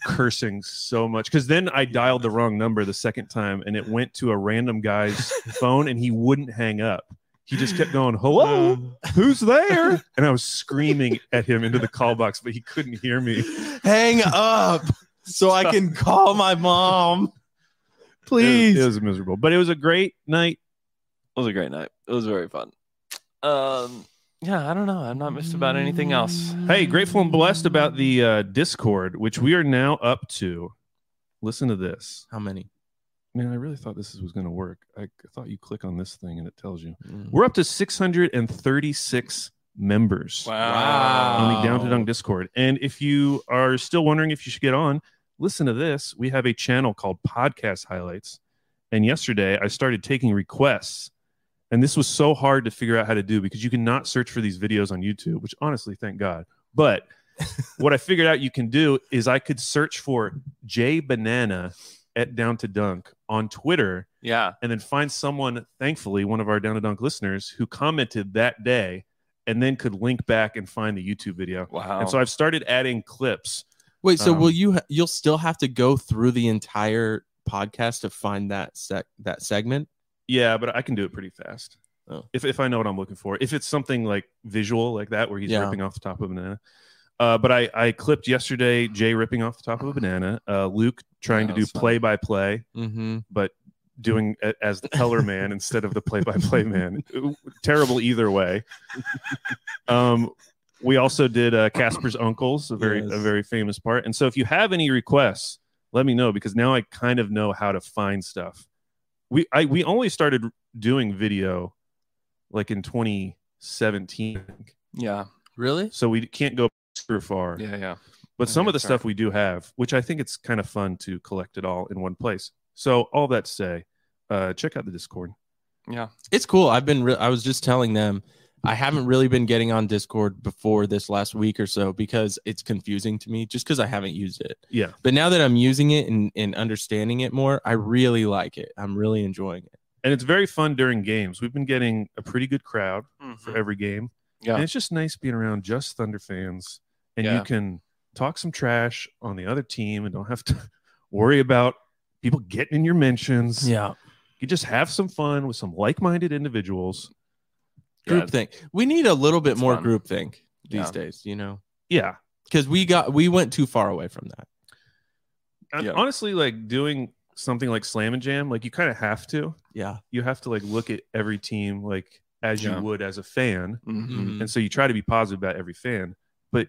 S8: cursing so much because then i dialed the wrong number the second time and it went to a random guy's phone and he wouldn't hang up he just kept going hello who's there and i was screaming at him into the call box but he couldn't hear me
S7: Hang up so I can call my mom. Please.
S8: it was, it was miserable but it was a great night
S6: It was a great night. It was very fun. Um, yeah, I don't know. I'm not missed about anything else.
S8: Hey, grateful and blessed about the uh, Discord, which we are now up to. Listen to this.
S7: How many?
S8: Man, I really thought this was going to work. I I thought you click on this thing and it tells you.
S7: Mm.
S8: We're up to 636 members on the
S7: Um,
S8: Down to Dunk Discord. And if you are still wondering if you should get on, listen to this. We have a channel called Podcast Highlights. And yesterday I started taking requests. And this was so hard to figure out how to do because you cannot search for these videos on YouTube, which honestly, thank God. But what I figured out you can do is I could search for J Banana at Down to Dunk on Twitter
S6: Yeah.
S8: and then find someone, thankfully, one of our Down to Dunk listeners who commented that day and then could link back and find the YouTube video.
S6: Wow.
S7: Oh.
S8: And so I've started adding clips.
S7: Wait, so
S8: Um,
S7: will you? Ha- you'll still have to go through the entire podcast to find that sec- that segment.
S8: Yeah, but I can do it pretty fast.
S7: Oh.
S8: If, if I know what I'm looking for. If it's something like visual like that where he's
S7: Yeah.
S8: ripping off the top of a banana. Uh, but I, I clipped yesterday Jay ripping off the top of a banana, uh, Luke trying
S6: Yeah,
S8: to do
S6: that's funny.
S8: play by play,
S7: Mm-hmm.
S8: but doing a, as the color man instead of the play by play man. Terrible either way. um, we also did uh, Casper's Uncles, a very a
S7: Yes.
S8: very famous part. And so if you have any requests, let me know because now I kind of know how to find stuff. We I we only started doing video like in 2017,
S6: Yeah.
S7: Really?
S8: so we can't go super far.
S6: Yeah. Yeah.
S8: But
S6: I
S8: some of the
S6: think so.
S8: stuff we do have, which I think it's kind of fun to collect it all in one place. So all that to say, uh, check out the Discord.
S6: Yeah.
S7: It's cool. I've been. Re- I was just telling them I haven't really been getting on Discord before this last week or so because it's confusing to me. Just because I haven't used it.
S8: Yeah.
S7: But now that I'm using it and, and understanding it more, I really like it. I'm really enjoying it.
S8: And it's very fun during games. We've been getting a pretty good crowd for
S6: Mhm.
S8: every game.
S6: Yeah.
S8: And it's just nice being around just Thunder fans. And
S6: Yeah.
S8: you can talk some trash on the other team and don't have to worry about people getting in your mentions.
S7: Yeah.
S8: You just have some fun with some like-minded individuals.
S7: Group
S6: Yeah.
S7: thing. We need a little bit
S6: It's
S7: more
S6: fun.
S7: group think these
S6: Yeah.
S7: days, you know,
S8: Yeah,
S7: because we got we went too far away from that.
S8: And
S6: Yeah.
S8: honestly, like doing something like Slam and Jam, like you kind of have to.
S7: Yeah.
S8: You have to like look at every team like as
S6: Yeah.
S8: you would as a fan,
S6: Mhm.
S8: and so you try to be positive about every fan, but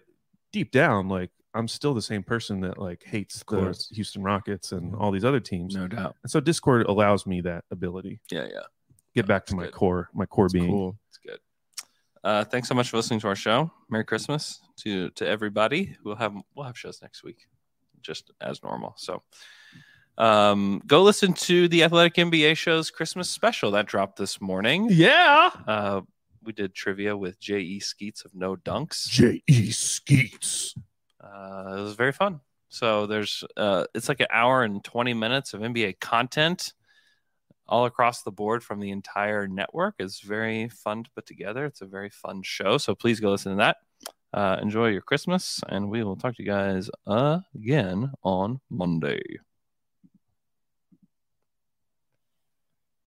S8: deep down, like I'm still the same person that like hates the
S7: course.
S8: Houston Rockets and all these other teams,
S6: No doubt.
S8: and so Discord allows me that ability.
S6: Yeah, yeah.
S8: Get back to
S6: That's
S8: my
S6: good.
S8: core, my core being.
S7: Cool.
S6: It's good. Uh, thanks so much for listening to our show. Merry Christmas to to everybody. We'll have we'll have shows next week, just as normal. So, um, go listen to the Athletic NBA show's Christmas special that dropped this morning.
S8: Yeah,
S6: Uh, we did trivia with J. E. Skeets of No Dunks.
S8: J E Skeets.
S6: Uh, it was very fun. So there's uh, it's like an hour and 20 minutes of NBA content all across the board from the entire network. It's very fun to put together. It's a very fun show. So please go listen to that. Uh, enjoy your Christmas, and we will talk to you guys again on Monday.